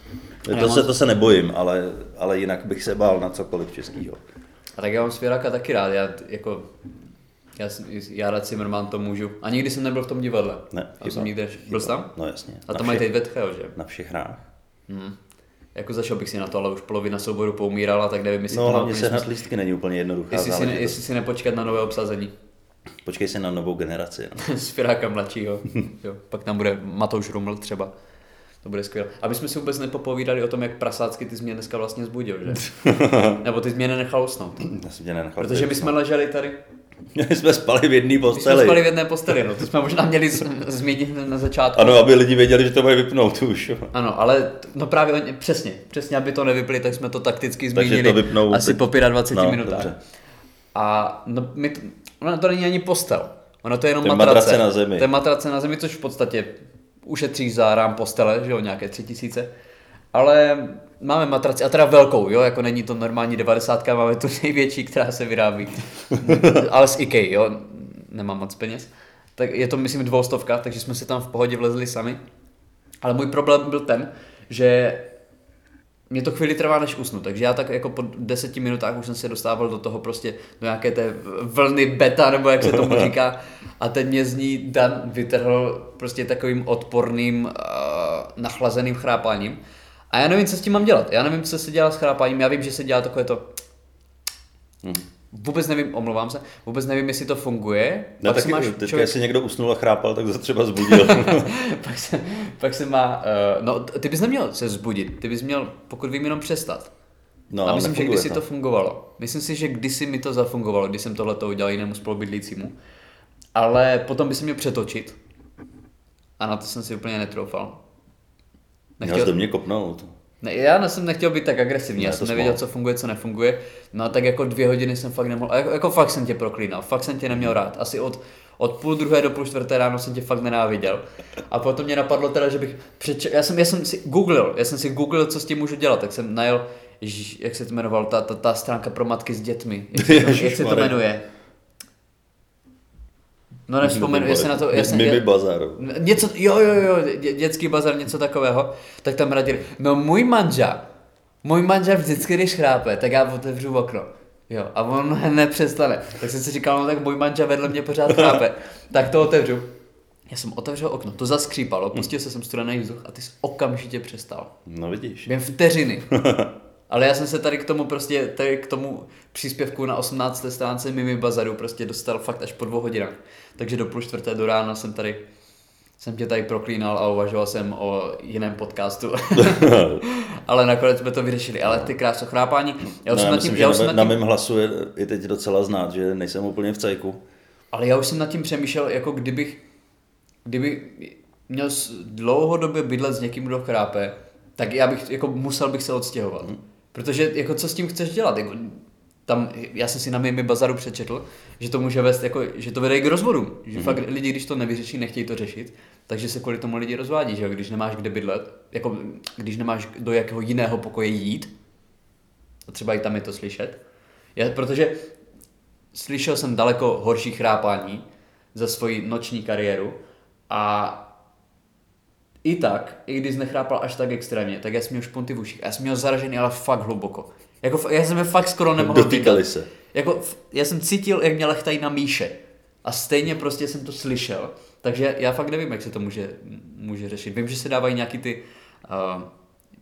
B: já
A: To
B: mám-
A: se, to se nebojím, ale, ale jinak bych se bál na cokoliv českýho.
B: A tak já mám Sviráka taky rád. Já t- jako Já, jsem- já rád Zimmerman to můžu. A nikdy jsem nebyl v tom divadle.
A: Ne,
B: já jsem nikde. Byl jsi tam?
A: No jasně.
B: A
A: na
B: tam mají
A: všech-
B: teď Vetchého, že?
A: Na všech hrách.
B: Hmm. Jako zašel bych si na to, ale už polovina souboru poumírala, tak nevím, jestli
A: No
B: to má
A: hlavně
B: úplně
A: sehnat
B: smysl.
A: lístky není úplně jednoduchá
B: jestli, si ne,
A: záležitost.
B: jestli si nepočkat na nové obsazení
A: Počkej si na novou generaci.
B: [LAUGHS]
A: No.
B: z Firáka mladšího. jo. Pak tam bude Matouš Ruml třeba. To bude skvělé. Aby jsme si vůbec nepopovídali o tom, jak prasácky ty jsi mě dneska vlastně
A: [LAUGHS]
B: zbudil, že? Nebo ty jsi mě nenechal usnout.
A: Já jsem tě nenechal.
B: Protože my jsme leželi tady,
A: [LAUGHS] My jsme spali v jedné
B: my jsme spali v
A: posteli.
B: jedné posteli, no to jsme možná měli z- zmínit na začátku.
A: Ano, aby lidi věděli, že to mají vypnout už.
B: Ano, ale t- no právě oni, přesně, přesně, aby to nevypli, tak jsme to takticky
A: Takže
B: zmínili
A: to vypnou
B: asi
A: teď.
B: po 25
A: No,
B: minutách.
A: dobře.
B: A no, my t- ona to není ani postel, ona to je jenom
A: To je
B: matrace.
A: matrace na zemi.
B: To je matrace na zemi, což v podstatě ušetříš za rám postele, že jo, nějaké 3000. Ale máme matraci, a teda velkou, jo, jako není to normální 90, máme tu [LAUGHS] největší, která se
A: [LAUGHS]
B: vyrábí. ale z IKEA, jo, nemám moc peněz. Tak je to, myslím, dvoustovka, takže jsme si tam v pohodě vlezli sami. Ale můj problém byl ten, že mě to chvíli trvá, než usnu, takže já tak jako po deseti minutách už jsem se dostával do toho prostě, do nějaké té vlny beta, nebo jak se
A: [LAUGHS]
B: tomu říká. A teď mě z ní Dan vytrhl prostě takovým odporným, uh, nachlazeným chrápáním. A já nevím, co s tím mám dělat. Já nevím, co se dělá s chrápáním. Já vím, že se dělá takové to...
A: Hm.
B: Vůbec nevím, omlouvám se, vůbec nevím, jestli to funguje.
A: No
B: Pak si
A: taky,
B: máš
A: teďka
B: člověk-
A: jestli někdo usnul a chrápal, tak se
B: [LAUGHS]
A: třeba zbudil.
B: pak, se, pak se má, uh, no t- ty bys neměl se zbudit, ty bys měl, pokud vím, jenom přestat.
A: No,
B: No, a myslím, že
A: nefunguje
B: kdysi to fungovalo. Myslím si, že kdysi mi to zafungovalo, když jsem tohle to udělal jinému spolubydlícímu. Ale potom by se měl přetočit. A na to jsem si úplně netroufal.
A: Měl jsi do mě kopnout.
B: Ne, já ne- jsem nechtěl být tak agresivní,
A: Ne,
B: já
A: to
B: jsem
A: jsi
B: nevěděl,
A: mohl.
B: co funguje, co nefunguje. No a tak jako dvě hodiny jsem fakt nemohl, a jako, jako fakt jsem tě proklínal, fakt jsem tě neměl rád. Asi od, od půl druhé do půl čtvrté ráno jsem tě fakt nenáviděl. A potom mě napadlo teda, že bych přeče... já, jsem, já jsem si googlil, já jsem si googlil, co s tím můžu dělat, tak jsem najel, ježiš, jak se to jmenovalo, ta, ta, ta stránka pro matky s dětmi, jak se to, jak se to
A: Ježišmarja.
B: jmenuje. No nevzpomenu, jestli na to... Já jsem,
A: Mimi
B: já-
A: bazaru.
B: Něco, jo, jo, jo, dě, dětský bazar, něco takového. Tak tam radili, no můj manža, můj manža vždycky, když chrápe, tak já otevřu okno. Jo, a on [LAUGHS] hned přestane. Tak jsem si říkal, no tak můj manža vedle mě pořád chrápe. tak to otevřu. Já jsem otevřel okno, to zaskřípalo, pustil se jsem studený vzduch a ty jsi okamžitě přestal.
A: No vidíš.
B: Během
A: [LAUGHS]
B: vteřiny. Ale já jsem se tady k tomu prostě, tady k tomu příspěvku na 18. stránce Mimi Bazaru prostě dostal fakt až po dvou hodinách. Takže do půl čtvrté do rána jsem tady, jsem tě tady proklínal a uvažoval jsem o jiném
A: [LAUGHS]
B: podcastu. [LAUGHS] Ale nakonec jsme to vyřešili. Ale ty krásno chrápání. Já už
A: No,
B: jsem
A: já
B: nad tím,
A: myslím, že
B: já už
A: na,
B: jsem
A: na
B: nad tím,
A: mém hlasu je i teď docela znát, že nejsem úplně v cajku.
B: ale já už jsem nad tím přemýšlel, jako kdybych, kdyby měl s- dlouhodobě bydlet s někým, kdo chrápe, tak já bych, jako musel bych se odstěhovat. Protože, jako co s tím chceš dělat? Jako, tam, já jsem si na Mimi Bazaru přečetl, že to může vést, jako, že to vede i k rozvodům. Že fakt lidi, když to nevyřeší, nechtějí to řešit, takže se kvůli tomu lidi rozvádí, že jo? Když nemáš kde bydlet, jako, když nemáš do jakého jiného pokoje jít, a třeba i tam je to slyšet. Já, protože slyšel jsem daleko horší chrápání za svoji noční kariéru a i tak, i když nechrápal až tak extrémně, tak já jsem měl špunty v uších. Já jsem měl zaražený, ale fakt hluboko. Jako, f- já jsem je fakt skoro nemohl
A: Dotýkali
B: dýchat.
A: se.
B: Jako, f- já jsem cítil, jak mě lechtají na míše. A stejně prostě jsem to slyšel. Takže já fakt nevím, jak se to může, může řešit. Vím, že se dávají nějaký ty... Uh,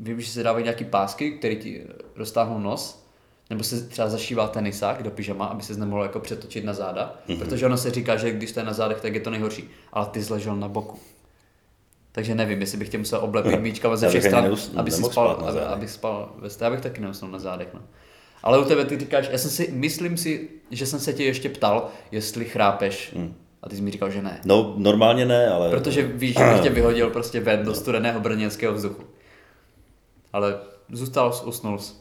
B: vím, že se dávají nějaký pásky, které ti roztáhnou nos. Nebo se třeba zašívá tenisák do pyžama, aby se nemohlo jako přetočit na záda.
A: Mhm.
B: Mm-hmm. Protože ono se říká, že když to je na zádech, tak je to nejhorší. Ale ty zležel na boku. Takže nevím, jestli bych tě musel oblepit míčkama ze
A: Já bych
B: všech stran,
A: ani neus-
B: aby si
A: nemohl
B: spal,
A: spát na
B: aby,
A: zádech.
B: aby spal ve stě. Já bych taky neusnul na zádech. No. Ale u tebe ty říkáš, já jsem si, myslím si, že jsem se tě ještě ptal, jestli chrápeš.
A: Hmm.
B: A ty jsi mi říkal, že ne.
A: No normálně ne, ale...
B: Protože víš, že bych
A: [CLEARS THROAT]
B: tě vyhodil prostě ven do studeného brněnského vzduchu. Ale zůstal jsi, usnul
A: [LAUGHS]
B: jsi.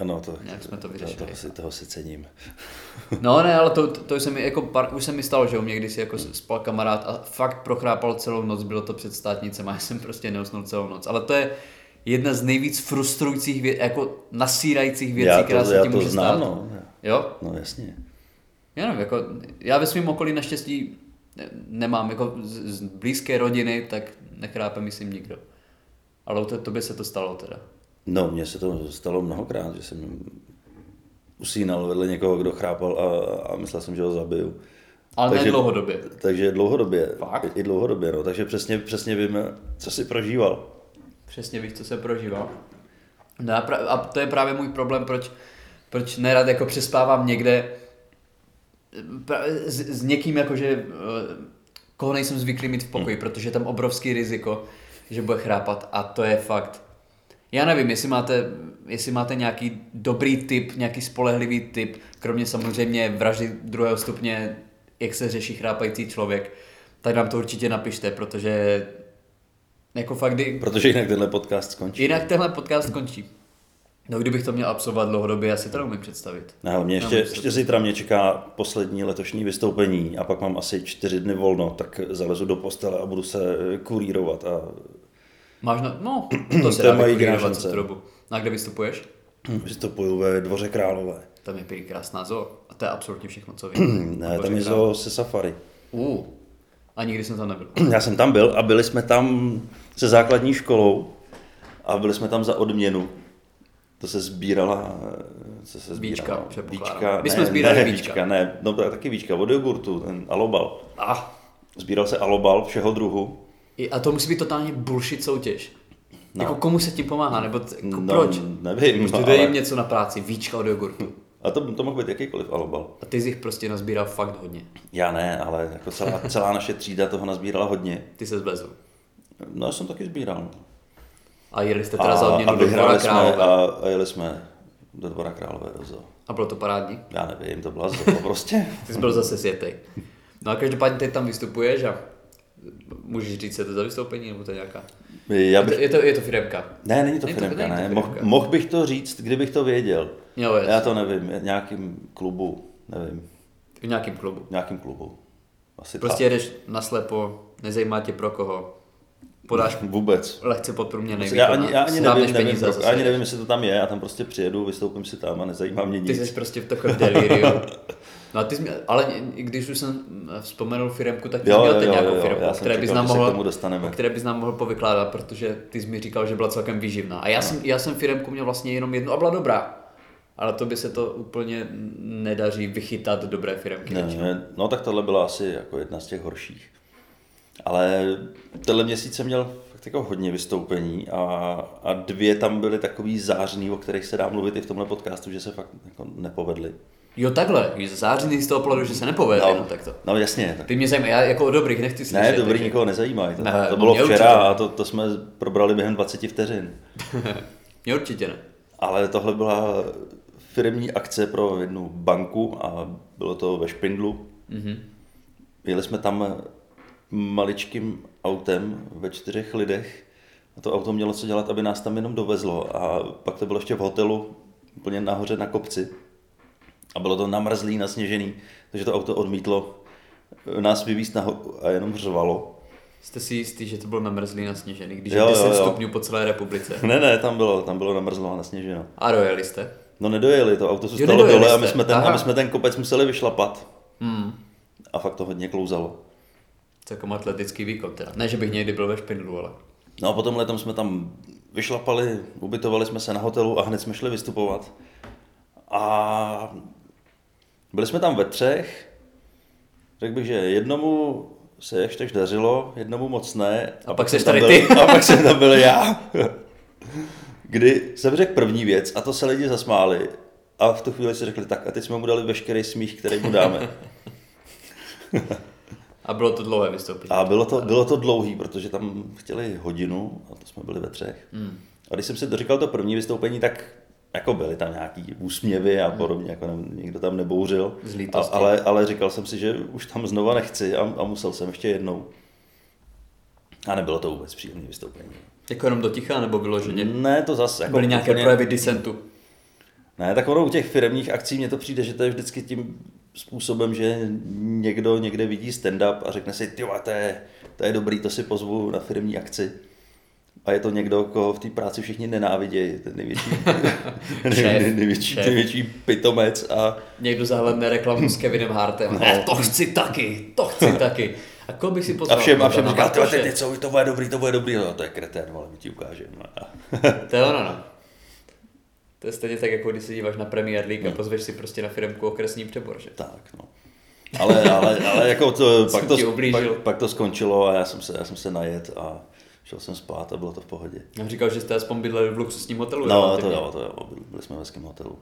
A: Ano, to,
B: Nějak jsme to vyřešili.
A: Toho, si, toho si cením.
B: No ne, ale to, to, to jsem jako pár, už se mi stalo, že u mě kdysi jako spal kamarád a fakt prochrápal celou noc, bylo to před státnicem a já jsem prostě neusnul celou noc. Ale to je jedna z nejvíc frustrujících, vě, jako nasírajících věcí,
A: já
B: která
A: to,
B: se
A: já
B: tím
A: to
B: může
A: znám,
B: stát.
A: no.
B: Jo?
A: No jasně.
B: Já nevím, jako, já ve svém okolí naštěstí ne- nemám, jako z, z blízké rodiny, tak nechrápe myslím nikdo. Ale u te- tobě se to stalo teda.
A: No, mně se to stalo mnohokrát, že jsem usínal vedle někoho, kdo chrápal a, a myslel jsem, že ho zabiju.
B: Ale ne
A: Takže-
B: dlouhodobě.
A: Takže dlouhodobě.
B: Fakt?
A: I, i dlouhodobě, no. Takže přesně, přesně vím, co si prožíval.
B: Přesně víš, co se prožívá. No a, pra- a to je právě můj problém, proč, proč nerad jako přespávám někde pra- s, s někým, jakože, eh, koho nejsem zvyklý mít v pokoji, protože je tam obrovský riziko, že bude chrápat a to je fakt. Já nevím, jestli máte, jestli máte nějaký dobrý tip, nějaký spolehlivý tip, kromě samozřejmě vraždy druhého stupně, jak se řeší chrápající člověk, tak nám to určitě napište, protože jako fakt, kdy-
A: Protože jinak tenhle podcast skončí.
B: Jinak tenhle podcast končí. No kdybych to měl absolvovat dlouhodobě, asi to neumím představit.
A: No, ale mě ještě,
B: No, myslím.
A: ještě zítra mě čeká poslední letošní vystoupení a pak mám asi čtyři dny volno, tak zalezu do postele a budu se eh, kurírovat a
B: Máš na...
A: [CLEARS THROAT]
B: No, to se
A: To je
B: dá
A: moje jediná
B: vykurírovat
A: šance.
B: tu dobu. No a kde vystupuješ?
A: vystupuju ve Dvoře Králové.
B: Tam je prý krásná zoo. A to je absolutně všechno, co vím.
A: [CLEARS THROAT] Ne, tam je zoo se safari.
B: Uh, a nikdy jsem tam nebyl.
A: Já jsem tam byl a byli jsme tam se základní školou a byli jsme tam za odměnu. To se sbírala, eh, co se
B: Víčka,
A: sbírala?
B: předpokládám.
A: Víčka,
B: My
A: ne,
B: jsme sbírali
A: ne,
B: víčka.
A: víčka. Ne, no to je taky víčka od jogurtu, ten alobal.
B: Ah,
A: Sbíral se alobal všeho druhu.
B: i- a to musí být totálně bullshit soutěž. No. Jako komu se tím pomáhá, nebo t- jako
A: No,
B: proč?
A: nevím,
B: Prostě dej jim něco na práci, víčka od jogurtu.
A: A to, to mohl být jakýkoliv alobal.
B: A ty jsi jich prostě nazbíral fakt hodně.
A: Já ne, ale jako celá, celá naše třída toho nazbírala hodně.
B: Ty se zblezl.
A: No já jsem taky sbíral.
B: A jeli jste
A: A,
B: teda za
A: a
B: odměnu do Dvora
A: vyhráli jsme
B: Králové.
A: a, a jeli jsme do Dvora Králové do zoo.
B: A bylo to parádní?
A: Já nevím, to byla zoo [LAUGHS] prostě.
B: Ty jsi byl zase světej. No a každopádně teď tam vystupuješ a můžeš říct, je to za vystoupení, nebo to je nějaká...
A: Já
B: Je to,
A: bych...
B: je to, je to firemka.
A: Ne, není to
B: Není to-
A: firmka,
B: není to
A: ne.
B: firemka.
A: Moh, mohl bych to říct, kdybych to věděl.
B: Jo, je.
A: Já to nevím, nějakým klubu, nevím,
B: V nějakém klubu.
A: nějakým klubu. Asi
B: Prostě jedeš naslepo, nezajímá tě pro koho. Podáš
A: tak. Vůbec.
B: lehce podprůměrný
A: Já ani, já ani nevím, nevím,
B: peníze a
A: pro,
B: zase
A: já ani
B: jedeš.
A: nevím, jestli to tam je, já tam prostě přijedu, vystoupím si tam a nezajímá mě
B: Ty
A: nic.
B: jsi prostě v takovém deliriu. No a ty jsi měl, ale i- i když už jsem eh, vzpomenul firemku, tak ty jsi
A: Jo,
B: měl
A: jo,
B: teď
A: jo,
B: nějakou
A: jo,
B: firmku,
A: já
B: o
A: jsem
B: které bys
A: čekal,
B: nám
A: že se k
B: mohl,
A: tomu dostaneme.
B: o které bys nám mohl povykládat, protože ty jsi mi říkal, že byla celkem výživná. A já, jsem, já jsem firemku měl vlastně jenom jednu a byla dobrá. Ale to by se to úplně nedaří vychytat dobré firemky.
A: Ne, ne, no tak tohle byla asi jako jedna z těch horších. Ale tenhle měsíc jsem měl fakt jako hodně vystoupení a, a dvě tam byly takový zářný, o kterých se dá mluvit i v tomhle podcastu, že se fakt jako nepovedly.
B: Jo takhle, je zářený z toho pohledu, že se nepovede, no. no tak to.
A: no jasně. Tak.
B: Ty mě zajímá, já jako o dobrých nechci slyšet.
A: Ne, dobrý
B: takže-
A: nikoho nezajímá. To,
B: Ne,
A: to bylo
B: mě
A: včera
B: určitě.
A: a to, to jsme probrali během 20 vteřin.
B: Mě určitě ne.
A: Ale tohle byla firmní akce pro jednu banku a bylo to ve Špindlu. Mm-hmm. Jeli jsme tam maličkým autem ve čtyřech lidech a to auto mělo co dělat, aby nás tam jenom dovezlo a pak to bylo ještě v hotelu úplně nahoře na kopci a bylo to namrzlý, nasněžený, takže to auto odmítlo eh, nás vyvízt nahoru a jenom řvalo. [LAUGHS]
B: Jste si jistý, že to bylo namrzlý na sněžený, když
A: Jo,
B: je
A: jo,
B: 10
A: jo.
B: stupňů po celé republice.
A: Ne, ne, tam bylo, tam bylo namrzlo a nasněženo.
B: A dojeli jste?
A: No nedojeli, to auto zůstalo
B: nedojeli
A: dole a
B: jste.
A: my, jsme ten,
B: Aha. Hmm.
A: a my jsme ten kopec museli vyšlapat. A fakt to hodně klouzalo.
B: Celkom atletický výkon teda. Ne, že bych někdy byl ve špindlu, ale...
A: No a potom letom jsme tam vyšlapali, ubytovali jsme se na hotelu a hned jsme šli vystupovat. A byli jsme tam ve třech. Řekl bych, že jednomu se ještě dařilo, jednomu moc ne.
B: A pak
A: jsem
B: seš
A: tam
B: tady
A: byl,
B: ty.
A: [LAUGHS] A pak jsem tam byl já. [LAUGHS] Kdy jsem řekl první věc a to se lidi zasmáli. A v tu chvíli si řekli tak a teď jsme mu dali veškerý smích, který mu dáme.
B: [LAUGHS] A bylo to dlouhé vystoupení.
A: A bylo to, bylo to dlouhý, protože tam chtěli hodinu a to jsme byli ve třech.
B: Hmm.
A: Mm. A když jsem si doříkal to první vystoupení, tak jako byly tam nějaký úsměvy a podobně, jako nem, nikdo tam nebouřil.
B: Z
A: A,
B: lítosti.
A: ale, ale říkal jsem si, že už tam znova nechci a, a musel jsem ještě jednou. A nebylo to vůbec příjemné vystoupení.
B: Jako jenom do ticha, nebo vyloženě?
A: Ne, to zase. Jako
B: Byly nějaké
A: úplně-
B: projevy disentu.
A: Ne, tak ono u těch firmních akcí mně to přijde, že to je vždycky tím způsobem, že někdo někde vidí stand-up a řekne si, ty to je, to je dobrý, to si pozvu na firmní akci. A je to někdo, koho v té práci všichni nenávidějí,
B: [LAUGHS]
A: ten největší, [LAUGHS]
B: Šéf,
A: nej- největší,
B: šéf.
A: největší pitomec a
B: Někdo zahledne reklamu s Kevinem Hartem.
A: No.
B: Ne, to chci taky, to chci taky. A koho bych si
A: a
B: pozval?
A: všem, a všem
B: No,
A: říká, ty
B: Bartoše.
A: teď něco, to no, bude dobrý, to bude dobrý, no, to je kretén, ale my ti ukážeme.
B: To je ono, no. To je stejně tak, jako když se díváš na Premier League
A: No.
B: a pozveš si prostě na firmku okresní přebor, že?
A: Tak, no. Ale, ale, ale jako to,
B: Jsem
A: pak, to,
B: ti ublížil.
A: pak, pak, to skončilo a já jsem, se, já jsem se najet a šel jsem spát a bylo to v pohodě.
B: Já říkal, že jste aspoň bydleli v luxusním hotelu.
A: No,
B: relativně.
A: to jo, to jo, byli- byli jsme ve hezkém hotelu.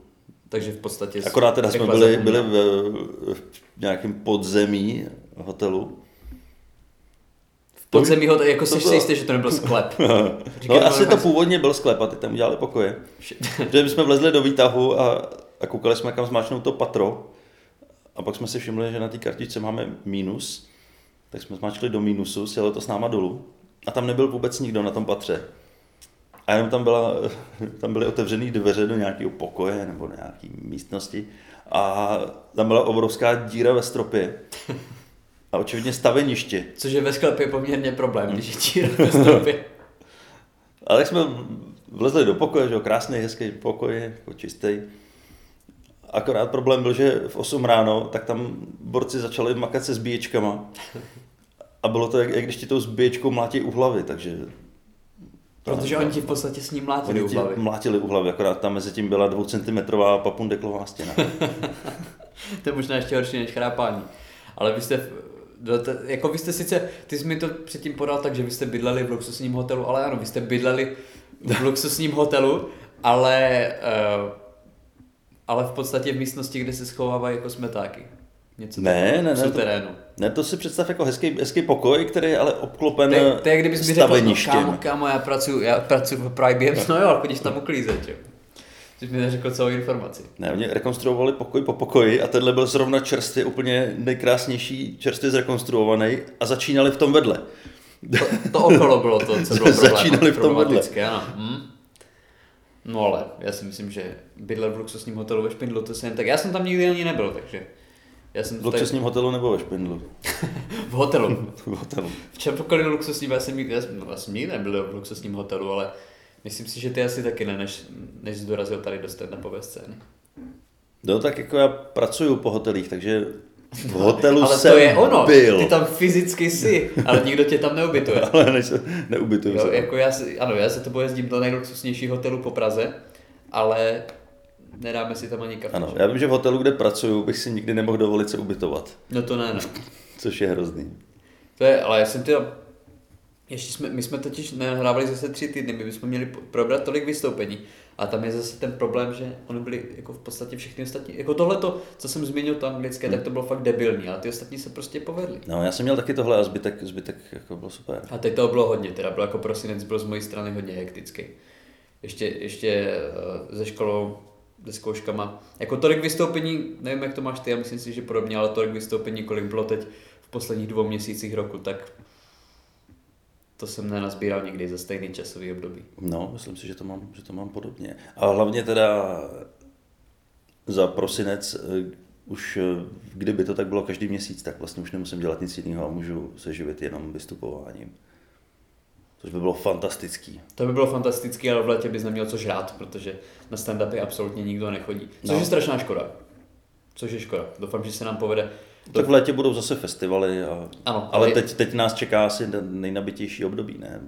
B: Takže v podstatě... jako
A: Akorát teda jsme
B: rychle
A: byli,
B: zapomněl.
A: byli v, v nějakém podzemí hotelu.
B: V podzemí hotelu, jako
A: to
B: jsi si
A: bylo-
B: jistý, že to nebyl sklep.
A: [LAUGHS] No,
B: Říkám,
A: asi
B: ale-
A: to původně byl sklep a ty tam udělali pokoje. [LAUGHS] Protože my jsme vlezli do výtahu a, a koukali jsme, kam zmáčknout to patro. A pak jsme si všimli, že na té kartičce máme mínus. Tak jsme zmáčkli do mínusu, sjelo to s náma dolů. A tam nebyl vůbec nikdo na tom patře. A jenom tam, byla, [LAUGHS] tam byly otevřené dveře do nějakého pokoje nebo nějaké místnosti. A tam byla obrovská díra ve stropě. A očividně staveniště.
B: Což je ve sklepě poměrně problém, když je [LAUGHS] díra ve stropě.
A: Ale tak jsme vlezli do pokoje, že jo, krásný, hezký pokoj, jako čistý. Akorát problém byl, že v 8 ráno, tak tam borci začali makat se zbíječkama. A bylo to, jak, jak když ti tou zbíječkou mlátí u hlavy, takže...
B: Protože oni ti v podstatě s ním mlátili
A: Oni
B: u
A: ti
B: hlavy.
A: mlátili u hlavy, akorát tam mezi tím byla dvoucentimetrová
B: [LAUGHS]
A: papundeklová stěna.
B: To je možná ještě horší než chrápání. Ale vy jste, v- do te- jako vy jste sice, ty jsi mi to předtím podal tak, že vy jste bydleli v luxusním hotelu, ale ano, vy jste bydleli
A: [LAUGHS]
B: v luxusním hotelu, ale, eh, ale v podstatě v místnosti, kde se schovávají jako smetáky. Něco
A: Ne,
B: takového,
A: ne,
B: v
A: ne, to-
B: suterénu.
A: ne, to si představ jako hezký, hezký pokoj, který je ale obklopen
B: To je, to je kdybys mi řekl, no,
A: staveništěm.
B: kámo, kámo, já pracuji, já pracuji v Prime, no jo, ale chodíš tam uklízet, jo. Ty jsi mi neřekl celou informaci.
A: Ne, oni rekonstruovali pokoj po pokoji a tenhle byl zrovna čerstvě úplně nejkrásnější, čerstvě zrekonstruovaný a začínali v tom vedle.
B: To, to okolo bylo to,
A: [LAUGHS]
B: co bylo
A: Začínali v tom
B: problematické, ano. Hm? No ale já si myslím, že bydlet v luxusním hotelu ve Špindlu, to se jen tak... Já jsem tam nikdy ani nebyl, takže... Já jsem
A: V
B: tady
A: luxusním hotelu nebo ve Špindlu?
B: v hotelu.
A: V hotelu.
B: V čemkoliv luxusním, já jsem, nikdy, já, jsem, no, já jsem nikdy nebyl v luxusním hotelu, ale myslím si, že ty asi taky ne, než, než jsi dorazil tady do stand-upové scény.
A: No tak jako já pracuju po hotelích, takže v hotelu
B: [LAUGHS] ale
A: jsem
B: to je ono,
A: byl.
B: ty tam fyzicky jsi, ale nikdo tě tam neubytuje.
A: [LAUGHS] Ale nejsem, neubytuju
B: Jo,
A: se.
B: jako já, si, ano, já se tebou jezdím do nejluxusnějšího hotelu po Praze, ale nedáme si tam ani kafe.
A: Ano,
B: že?
A: já vím, že v hotelu, kde pracuju, bych si nikdy nemohl dovolit se ubytovat,
B: No to ne, no.
A: což je hrozný.
B: To je, ale já jsem teda... Ještě jsme, my jsme totiž nehrávali zase tři týdny, my bychom měli po- probrat tolik vystoupení. A tam je zase ten problém, že oni byli jako v podstatě všechny ostatní. Jako tohle to, co jsem zmínil to anglické,
A: Hmm.
B: tak to bylo fakt debilní, ale ty ostatní se prostě povedli.
A: No, já jsem měl taky tohle a zbytek, zbytek jako byl super.
B: A teď toho bylo hodně, teda byl jako prosinec, byl z mojí strany hodně hektický. Ještě, ještě eh, se školou, se zkouškama. Jako tolik vystoupení, nevím jak to máš ty, já myslím si, že podobně, ale tolik vystoupení, kolik bylo teď v posledních dvou měsících roku, tak to jsem nenazbíral nikdy za stejný časový období.
A: No, myslím si, že to mám, že to mám podobně. A hlavně teda za prosinec, eh, už eh, kdyby to tak bylo každý měsíc, tak vlastně už nemusím dělat nic jiného a můžu se živit jenom vystupováním. Což by bylo fantastický.
B: To by bylo fantastické, ale v létě bys neměl co žrát, protože na stand-upy absolutně nikdo nechodí. Což
A: No.
B: je strašná škoda. Což je škoda. Doufám, že se nám povede.
A: Tak v létě budou zase festivaly, a...
B: Ano,
A: ale
B: ale-
A: teď, teď nás čeká asi na- nejnabitější období, ne?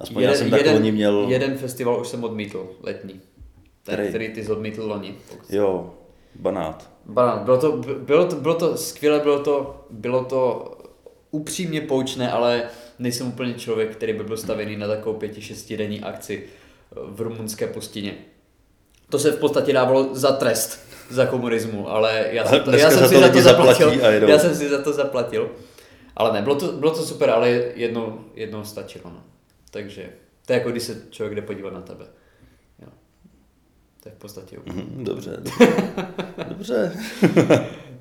A: Aspoň
B: Jeden-
A: já jsem tak
B: jeden-
A: loni měl...
B: Jeden festival už jsem odmítl, letní. Ten, který?
A: Který?
B: který ty jsi odmítl loni. pokud-
A: Jo, banát.
B: Banán, bylo to, bylo to, bylo to skvělé, bylo to, bylo to upřímně poučné, ale nejsem úplně člověk, který by byl stavěný na takovou pěti, šestidenní akci v rumunské pustině. To se v podstatě dávalo za trest, za komunismu, ale já
A: A
B: jsem, to, já
A: dneska
B: jsem
A: za
B: si
A: to
B: za to
A: lidi
B: zaplatil.
A: zaplatí a jedou.
B: já jsem si za to zaplatil. Ale ne, bylo to, bylo to super, ale jednou, jednou stačilo. No. Takže to je jako když se člověk jde podívat na tebe. Jo. To je v podstatě úplně.
A: Mhm, Dobře,
B: [LAUGHS]
A: dobře. dobře.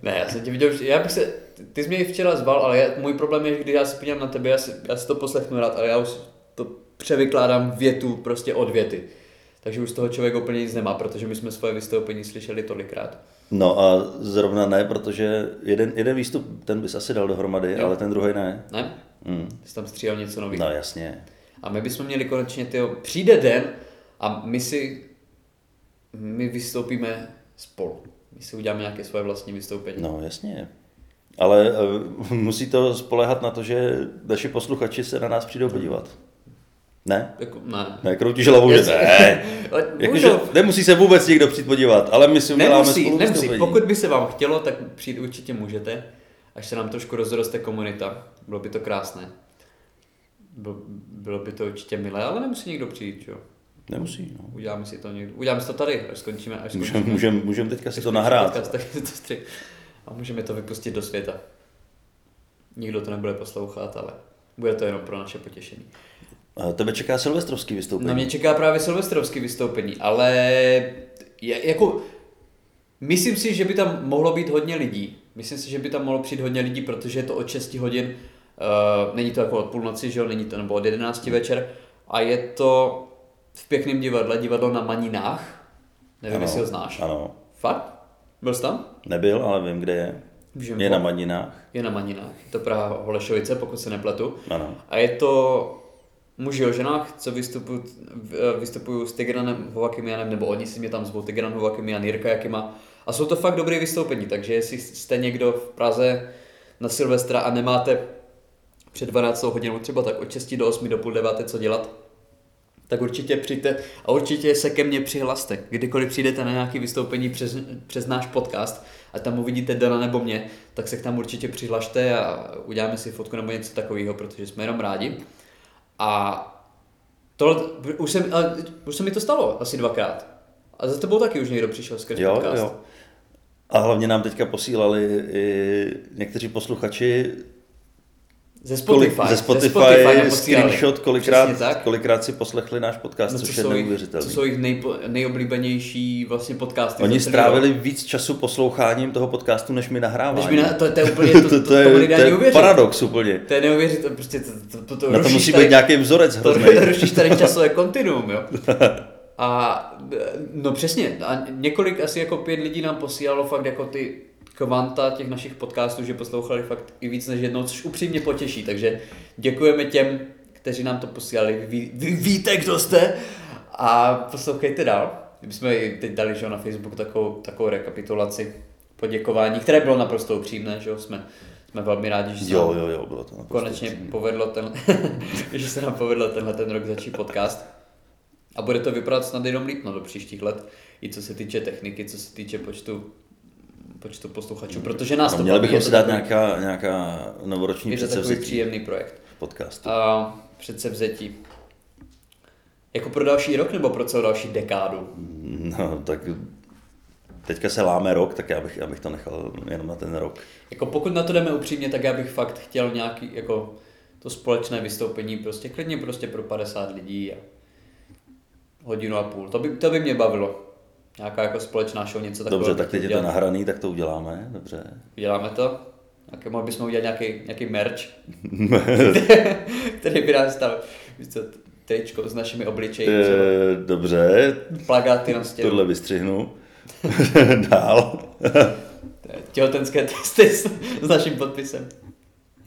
B: Ne, já jsem tě viděl, že- já bych se, ty jsi mě i včera zval, ale já, můj problém je, že když já se podívám na tebe, já si, já si to poslechnu rád, ale já už to převykládám větu prostě od věty. Takže už z toho člověk úplně nic nemá, protože my jsme svoje vystoupení slyšeli tolikrát.
A: No a zrovna ne, protože jeden, jeden výstup, ten bys asi dal dohromady,
B: Jo.
A: jo. ale ten druhý ne.
B: Ne?
A: Mm.
B: Jsi tam stříhal něco nového.
A: No jasně.
B: A my bychom měli konečně, tyjo, přijde den a my si, my vystoupíme spolu. My si uděláme nějaké svoje vlastní vystoupení.
A: No jasně. Ale eh, musí to spolehat na to, že naši posluchači se na nás přijdou podívat. Ne?
B: Jako, ne.
A: Ne, kroutíš hlavou, že
B: Jasně. [LAUGHS]
A: ne.
B: Ale
A: Jakože
B: můžou.
A: nemusí se vůbec někdo přijít podívat, ale my si uděláme
B: Nemusí,
A: spolu
B: nemusí.
A: vystoupení.
B: Pokud by se vám chtělo, tak přijít určitě můžete, až se nám trošku rozroste komunita. Bylo by to krásné. Byl- Bylo by to určitě milé, ale nemusí nikdo přijít, jo.
A: Nemusí, no.
B: Uděláme si to někdo. Uděláme si to tady, až skončíme, až skončíme.
A: Můžeme můžem, můžem teďka si to nahrát.
B: Podcast, tak to střih. A můžeme to vypustit do světa. Nikdo to nebude poslouchat, ale bude to jenom pro naše potěšení.
A: A Eh, Tebe čeká silvestrovský vystoupení.
B: Na mě čeká právě silvestrovský vystoupení, ale je, jako myslím si, že by tam mohlo být hodně lidí. Myslím si, že by tam mohlo přijít hodně lidí, protože je to od 6 hodin, uh, není to jako od půlnoci, že jo, není to nebo od 11
A: Hmm.
B: večer a je to v pěkném divadle, divadlo na Maninách. Nevím,
A: Ano,
B: jestli ho znáš.
A: Ano,
B: Fakt? Byl jsi tam?
A: nebyl, ale vím, kde je.
B: Můžem
A: Je
B: po-
A: na Maninách.
B: Je na Maninách, je to Praha Holešovice, pokud se nepletu.
A: Ano.
B: A je to muži o ženách, co vystupují, eh, vystupují s Tigranem Hovakimianem, nebo oni si mě tam zvou, Tigran Hovakimian, Jirka Jakima. A jsou to fakt dobré vystoupení, takže jestli jste někdo v Praze na Silvestra a nemáte před 12 hodinou třeba tak od 6 do 8 do půl deváté co dělat, tak určitě přijďte a určitě se ke mně přihlaste. Kdykoliv přijdete na nějaké vystoupení přes, přes náš podcast a tam uvidíte Dana nebo mě, tak se k tam určitě přihlašte a uděláme si fotku nebo něco takového, protože jsme jenom rádi. A tohle, už, jsem, ale, už se mi to stalo asi dvakrát. A za tebou taky už někdo přišel skrz
A: Jo,
B: podcast.
A: jo. A hlavně nám teďka posílali i někteří posluchači
B: Ze
A: kolik-
B: Spotify.
A: ze Spotify,
B: nám posílali.
A: screenshot, kolikrát,
B: Přesně tak.
A: kolikrát si poslechli náš podcast,
B: No,
A: což
B: co,
A: je
B: jsou jich, co
A: neuvěřitelné.
B: jsou jich nejpo, nejoblíbenější vlastně podcasty.
A: Oni
B: za celý rok.
A: strávili víc času posloucháním toho podcastu, než mi
B: Než
A: nahráváním.
B: mi na, to, to je úplně, to, to, to,
A: [LAUGHS] to,
B: tomu
A: je,
B: lidé
A: to
B: ani
A: je
B: uvěří.
A: paradox úplně.
B: To je neuvěřitelné, prostě to, to, to, to
A: Na to
B: rušíš
A: musí
B: tady,
A: být nějaký vzorec
B: to
A: hrozný.
B: rušíš tady časové kontinuum,
A: [LAUGHS]
B: jo. A e, no přesně, a několik asi jako pět lidí nám posílalo fakt jako ty kvanta těch našich podcastů, že poslouchali fakt i víc než jednou, což upřímně potěší, takže děkujeme těm, kteří nám to posílali, vy, ví- vy víte, kdo jste a poslouchejte dál. My jsme i teď dali že, jo, na Facebook takovou, takovou rekapitulaci poděkování, které bylo naprosto upřímné, že jo, jsme, jsme velmi rádi, že se nám
A: Jo, jo, jo, bylo to naprosto
B: konečně povedlo ten, [LAUGHS] že se nám povedlo tenhle ten rok začít podcast. A bude to vypadat snad jenom líp no, do příštích let, i co se týče techniky, co se týče počtu, počtu posluchačů, protože nás
A: No,
B: to
A: měli
B: baví, je
A: bychom
B: to
A: si dát
B: takový-
A: nějaká, nějaká novoroční
B: Je to takový
A: předsevzetí
B: příjemný projekt.
A: podcastu.
B: A předsevzetí. Jako pro další rok nebo pro celou další dekádu?
A: No, tak teďka se láme rok, tak já bych, já bych to nechal jenom na ten rok.
B: Jako pokud na to jdeme upřímně, tak já bych fakt chtěl nějaký, jako to společné vystoupení, prostě klidně prostě pro 50 lidí a hodinu a půl. To by, to by mě bavilo. Nějaká jako společná show, něco takového.
A: Dobře, tak teď je to
B: udělat.
A: nahraný, tak to uděláme, dobře.
B: Uděláme to. Nějaké, mohli bychom udělat nějaký, nějaký merch,
A: [LAUGHS]
B: který by nás tam, víš co, tričko s našimi obličeji, třeba Prostě
A: Eh, Dobře,
B: plagáty na stěnu, [LAUGHS]
A: tohle vystřihnu. Dál.
B: těhotenské testy s, s naším podpisem,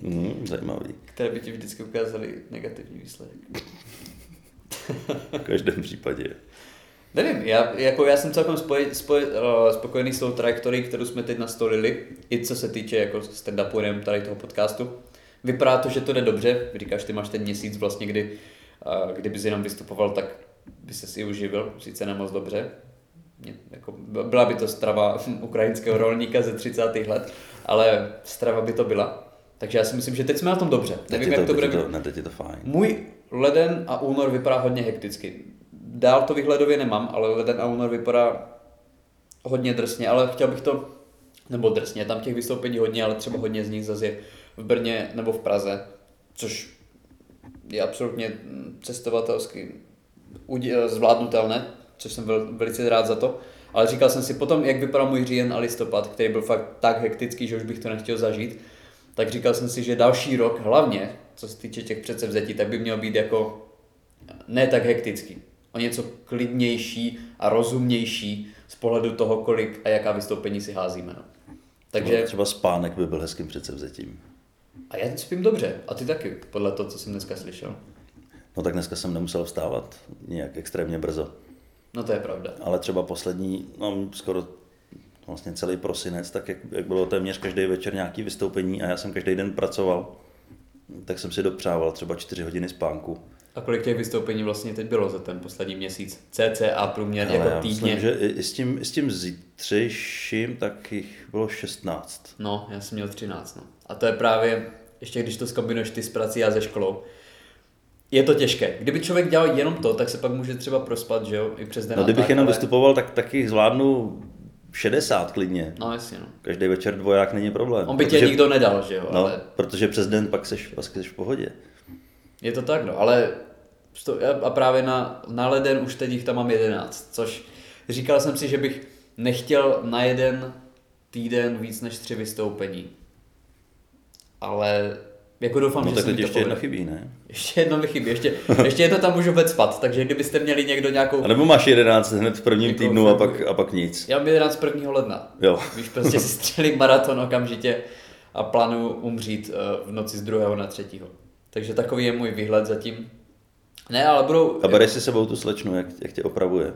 A: Hmm, zajímavý.
B: které by ti vždycky ukázaly negativní výsledek.
A: V každém případě.
B: Nevím, já, jako já jsem celkem spoj, spoj, eh, spokojený s tou trajektorií, kterou jsme teď nastolili, i co se týče jako stand-upu jenom tady toho podcastu. Vypadá to, že to jde dobře, říkáš, ty máš ten měsíc vlastně, kdy, eh, kdyby si jenom vystupoval, tak by se si uživil, sice nemoc dobře. Mě- Jako, b- byla by to strava [LAUGHS] hm, ukrajinského rolníka ze 30. let, ale strava by to byla. Takže já si myslím, že teď jsme na tom dobře.
A: Teď
B: Nevím,
A: je
B: jak to
A: teď
B: bude
A: je
B: vypadat.
A: to, ne, teď je to fajn.
B: Můj leden a únor vypadá hodně hekticky. Dál to výhledově nemám, ale leden a únor vypadá hodně drsně, ale chtěl bych to, nebo drsně, je tam těch vystoupení hodně, ale třeba hodně z nich zase je v Brně nebo v Praze, což je absolutně mm, cestovatelsky udě- eh, zvládnutelné, což jsem vel- velice rád za to. Ale říkal jsem si potom, jak vypadal můj říjen a listopad, který byl fakt tak hektický, že už bych to nechtěl zažít, tak říkal jsem si, že další rok hlavně, co se týče těch předsevzetí, tak by měl být jako ne tak hektický. O něco klidnější a rozumnější z pohledu toho, kolik a jaká vystoupení si házíme. No.
A: Takže...
B: Takže
A: Třeba spánek by byl hezkým předsevzetím.
B: a já spím dobře, a ty taky, podle toho, co jsem dneska slyšel.
A: No tak dneska jsem nemusel vstávat nějak extrémně brzo.
B: No to je pravda.
A: Ale třeba poslední, no skoro vlastně celý prosinec, tak jak, jak bylo téměř každý večer nějaký vystoupení a já jsem každý den pracoval, tak jsem si dopřával třeba čtyři hodiny spánku.
B: A kolik těch vystoupení vlastně teď bylo za ten poslední měsíc? CCA průměr
A: Ale
B: jako
A: já
B: týdně.
A: myslím, že i, i, s tím, i s tím zítřejším tak jich bylo 16.
B: No, já jsem měl 13, no. A to je právě, ještě když to zkombinuješ ty s prací a ze školou, je to těžké. Kdyby člověk dělal jenom to, tak se pak může třeba prospat, že jo, i přes den.
A: No
B: a
A: kdybych
B: tak,
A: jenom
B: ale-
A: vystupoval, tak taky zvládnu 60 klidně.
B: No jasně, no.
A: Každý večer dvoják není problém.
B: On by tě
A: protože-
B: nikdo nedal, že jo,
A: No,
B: ale
A: protože přes den pak seš, pak seš v pohodě.
B: je to tak, no, ale sto- a právě na, na leden už teď jich tam mám 11, což říkal jsem si, že bych nechtěl na jeden týden víc než tři vystoupení. Ale jako doufám,
A: no
B: že
A: tak
B: se mi
A: teď
B: to
A: ještě jedna
B: povede.
A: chybí, ne?
B: Ještě jedno mi chybí, ještě, ještě jedno tam můžu vecpat, takže kdybyste měli někdo nějakou...
A: A nebo máš 11 hned v prvním
B: Jako
A: týdnu a
B: fakt-
A: pak, a pak nic.
B: Já mám 11 1. ledna.
A: Jo.
B: Víš, prostě si střelím maraton okamžitě a plánuju umřít eh, v noci z 2. na 3. Takže takový je můj výhled zatím. Ne, ale budou...
A: A bereš si sebou tu slečnu, jak, jak tě opravuje.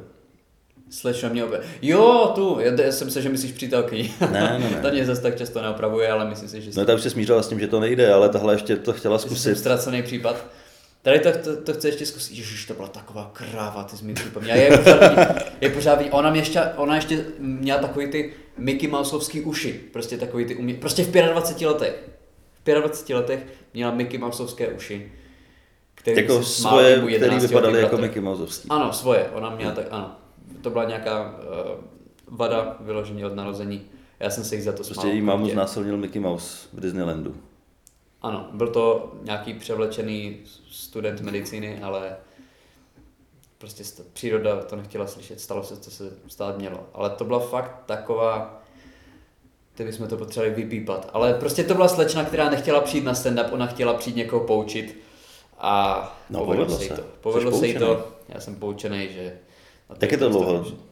B: Slečna mě opět. Jo, tu, já, já jsem se, že myslíš přítelky.
A: Ne, ne,
B: [LAUGHS]
A: ne.
B: Ta mě zase tak často neopravuje, ale myslím si, že
A: No ta už se smířila s tím, že to nejde, ale tahle ještě to chtěla
B: Zkusím
A: zkusit.
B: ztracený případ. Tady to, to, to chce ještě zkusit. Ježíš, to byla taková kráva, ty jsi mi připomněl. Je pořád, je pořád vidět. ona, mě ještě, ona ještě měla takový ty Mickey Mouseovský uši. Prostě takový ty umě... Prostě v 25 letech. V 25 letech měla Mickey Mouseovské uši. Který
A: Jako
B: se smál jejímu
A: svoje, který
B: 11letý
A: vypadaly jako
B: bratr.
A: Mickey Mouseovský.
B: Ano, svoje, ona měla tak, ano. To byla nějaká uh, vada vyloženě od narození. Já jsem se jich za to
A: Prostě
B: smál.
A: její mámu
B: Krutě.
A: znásilnil Mickey Mouse v Disneylandu.
B: Ano, byl to nějaký převlečený student medicíny, ale prostě st- příroda to nechtěla slyšet, stalo se, co se stát mělo. Ale to byla fakt taková, ty bychom to potřebovali vypípat. Ale prostě to byla slečna, která nechtěla přijít na stand-up, ona chtěla přijít někoho poučit a
A: No, povedlo
B: se jí
A: se.
B: to.
A: Jsi
B: Povedlo se jí
A: poučenej.
B: to, já jsem poučený, že... na
A: Jak je to
B: vystoupení-
A: dlouho?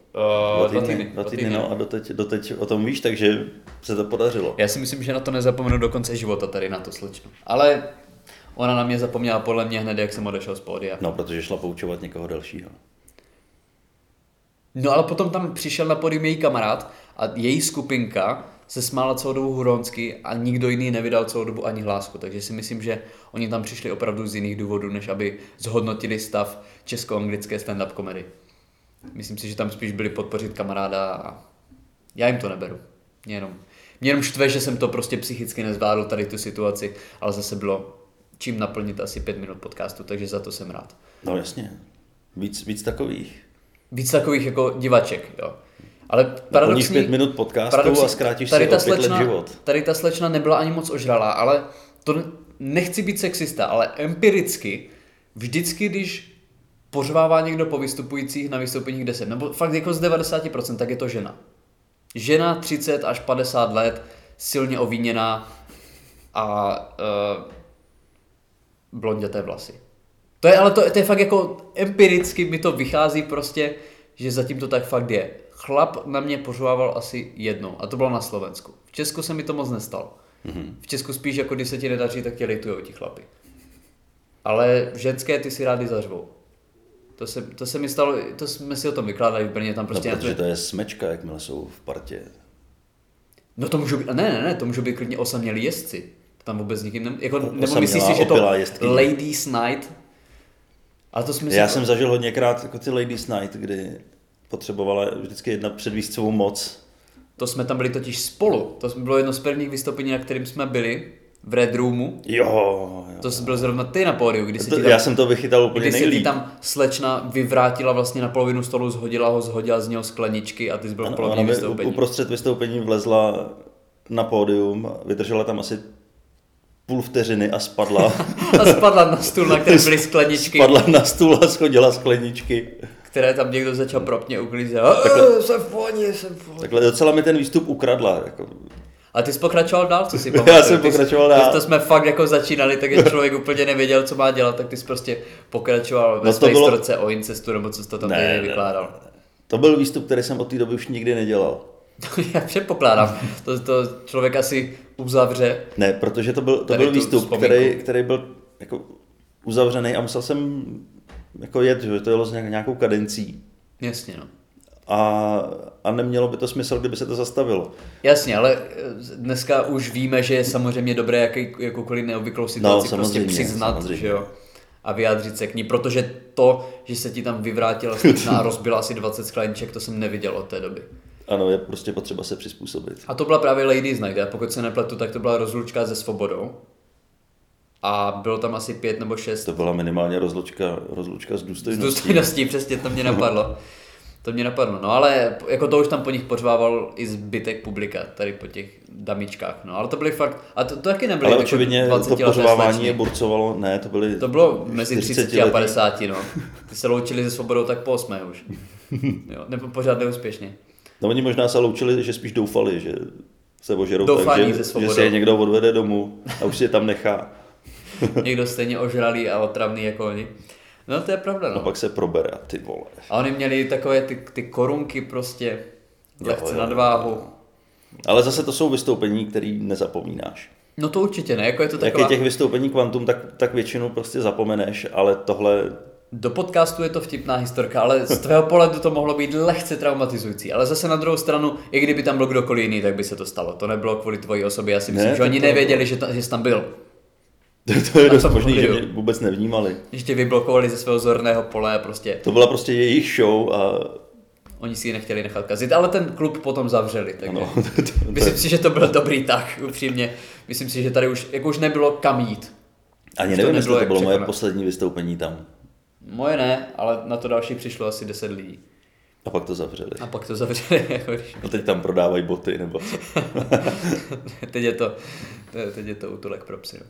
B: Eh, Dva týdny.
A: dva týdny, no a doteď, doteď o tom víš, takže se to podařilo.
B: Já si myslím, že na to nezapomenu do konce života tady na to slečnu. Ale ona na mě zapomněla podle mě hned, jak jsem odešel z pódia.
A: No, protože šla poučovat někoho dalšího.
B: No ale potom tam přišel na pódium její kamarád a její skupinka se smála celou dobu huronsky a nikdo jiný nevydal celou dobu ani hlásku. Takže si myslím, že oni tam přišli opravdu z jiných důvodů, než aby zhodnotili stav česko-anglické stand-up komedy. Myslím si, že tam spíš byli podpořit kamaráda a já jim to neberu. Mě jenom, mě jenom štve, že jsem to prostě psychicky nezvládl tady tu situaci, ale zase bylo čím naplnit asi pět minut podcastu, takže za to jsem rád
A: No jasně. Víc, víc takových. No,
B: víc takových jako divaček, jo. Ale
A: Paradoxní,
B: paradoxní...
A: No, pět minut podcastu a zkrátíš si o pět let život.
B: Tady ta slečna nebyla ani moc ožralá, ale to nechci být sexista, ale empiricky vždycky, když pořvává někdo po vystupujících na vystoupeních 10, nebo fakt jako z 90%, tak je to žena. Žena 30 až 50 let, silně ovíněná a uh, blonděté vlasy. To je ale to, to je fakt jako empiricky mi to vychází prostě, že zatím to tak fakt je. Chlap na mě pořvával asi jednou a to bylo na Slovensku. V Česku se mi to moc nestalo. Mm-hmm.
A: Mhm.
B: V Česku spíš jako když se ti nedaří, tak tě litujou ti chlapy. Ale ženské ty si rádi zařvou. To se, to se mi stalo, to jsme si o tom vykládali v Brně, tam prostě...
A: no,
B: na
A: protože to je smečka, jakmile jsou v partě.
B: No to můžou být, ne, ne, ne, to můžou být klidně osamělí jezdci. Tam vůbec nikým, ne, jako, nebo
A: osamělá,
B: myslíš si, že to
A: opilá jezdkyně.
B: Ladies Night? A to jsme si...
A: Já jsem zažil hodněkrát jako ty Ladies Night, kdy potřebovala vždycky jedna předvízcovou moc.
B: To jsme tam byli totiž spolu. To jsme- bylo jedno z prvních vystoupení, na kterým jsme byli v Red Roomu.
A: Jo, jo.
B: To jsi byl zrovna ty na pódiu, kdy se
A: To,
B: ti tam,
A: já jsem to vychytal úplně
B: kdy se ti
A: nejlíp.
B: tam slečna vyvrátila vlastně na polovinu stolu, zhodila ho, zhodila z něho skleničky a ty jsi byl v
A: Ano,
B: polovině
A: ona mi
B: vystoupení.
A: Uprostřed vystoupení vlezla na pódium, vydržela tam asi půl vteřiny
B: [LAUGHS]
A: a spadla. [LAUGHS]
B: A spadla na stůl, na kterém byly skleničky,
A: Spadla na stůl a schodila skleničky.
B: které tam někdo začal propně uklízet. "Eh, Jsem v pohodě, jsem v pohodě.
A: Takhle docela mi ten výstup ukradla. Jako,
B: A ty jsi pokračoval dál,
A: [LAUGHS]
B: co si pamatuju.
A: jsem
B: Ty jsi-
A: pokračoval
B: ty jsi-
A: dál.
B: To jsme fakt jako začínali, takže člověk úplně nevěděl, co má dělat, tak ty jsi prostě pokračoval ve
A: No to
B: své
A: bylo-
B: bylo... o incestu, nebo co jsi to tam
A: Ne,
B: ne,
A: ne.
B: vykládal. [LAUGHS]
A: to byl výstup, který jsem od té doby už nikdy nedělal.
B: To já předpokládám, to, to člověk asi uzavře.
A: Ne, protože to byl, to
B: Tady
A: byl
B: tu
A: výstup,
B: vzpomínku.
A: který, který, byl jako uzavřený a musel jsem jako jet, že to jelo s nějak- nějakou kadencí.
B: Jasně, no.
A: A, a nemělo by to smysl, kdyby se to zastavilo.
B: Jasně, ale eh, dneska už víme, že je samozřejmě dobré jaký, jakoukoliv neobvyklou situaci prostě
A: No, samozřejmě,
B: přiznat,
A: samozřejmě.
B: že jo. a vyjádřit se k ní, protože to, že se ti tam vyvrátila
A: [LAUGHS]
B: studna a rozbila asi 20 skleníček, to jsem neviděl od té doby.
A: Ano, je prostě potřeba se přizpůsobit.
B: A to byla právě Ladies Night, a pokud se nepletu, tak to byla rozlučka se svobodou. A bylo tam asi pět nebo šest
A: To byla minimálně rozlučka, rozlučka s
B: z
A: důstojností.
B: důstojností, [LAUGHS] přesně to mě napadlo. To mě napadlo, no ale jako to už tam po nich pořvával i zbytek publika, tady po těch damičkách, no ale to byly fakt, a to, to taky nebyly
A: Ale
B: jako
A: očividně to
B: 20 leté
A: pořvávání
B: slečny.
A: je burcovalo, ne, to byly
B: To bylo mezi
A: 40
B: 30 a
A: lety.
B: 50, no. Ty se loučili se svobodou tak po osmé
A: [LAUGHS]
B: už. Jo, nebo pořád neúspěšně.
A: No oni možná se loučili, že spíš doufali, že se ožerou
B: Doufání
A: tak,
B: se
A: že,
B: svobodou.
A: že se je někdo odvede domů a už si je tam nechá
B: Někdo stejně ožralý a otravný jako oni. No to je pravda,
A: a
B: no.
A: pak se probere a ty vole.
B: A oni měli takové ty, ty korunky prostě,
A: Jo,
B: lehce
A: jo,
B: nadváhu.
A: Ale zase to jsou vystoupení, který nezapomínáš.
B: No to určitě ne, jako je to
A: Jak je
B: taková...
A: těch vystoupení kvantum, tak, tak většinu prostě zapomeneš, ale tohle [LAUGHS]
B: Do podcastu je to vtipná historka, ale z tvého pohledu to mohlo být lehce traumatizující. Ale zase na druhou stranu, i kdyby tam byl kdokoliv jiný, tak by se to stalo. To nebylo kvůli tvojí osobě, já si myslím,
A: Ne,
B: že
A: tak
B: oni
A: to
B: nevěděli, že, ta, že jsi tam byl.
A: to je
B: A
A: dost
B: co
A: možný, že
B: video?
A: mě vůbec nevnímali.
B: Že tě vyblokovali ze svého zorného pole a prostě
A: To byla prostě jejich show a
B: oni si ji nechtěli nechat kazit, ale ten klub potom zavřeli. Takže.
A: no, [LAUGHS] to, to, to,
B: Myslím si, že to byl dobrý tak, upřímně. Myslím si, že tady už, jako už nebylo kam jít.
A: ani
B: už to
A: nevím,
B: nebylo
A: jestli to
B: jak
A: bylo moje
B: překonat.
A: poslední vystoupení tam.
B: Moje ne, ale na to další přišlo asi 10 lidí.
A: A pak to zavřeli.
B: A pak to zavřeli. [LAUGHS] Jako když...
A: A teď tam prodávají boty nebo co.
B: teď, je to, te- teď je to útulek pro psy. No.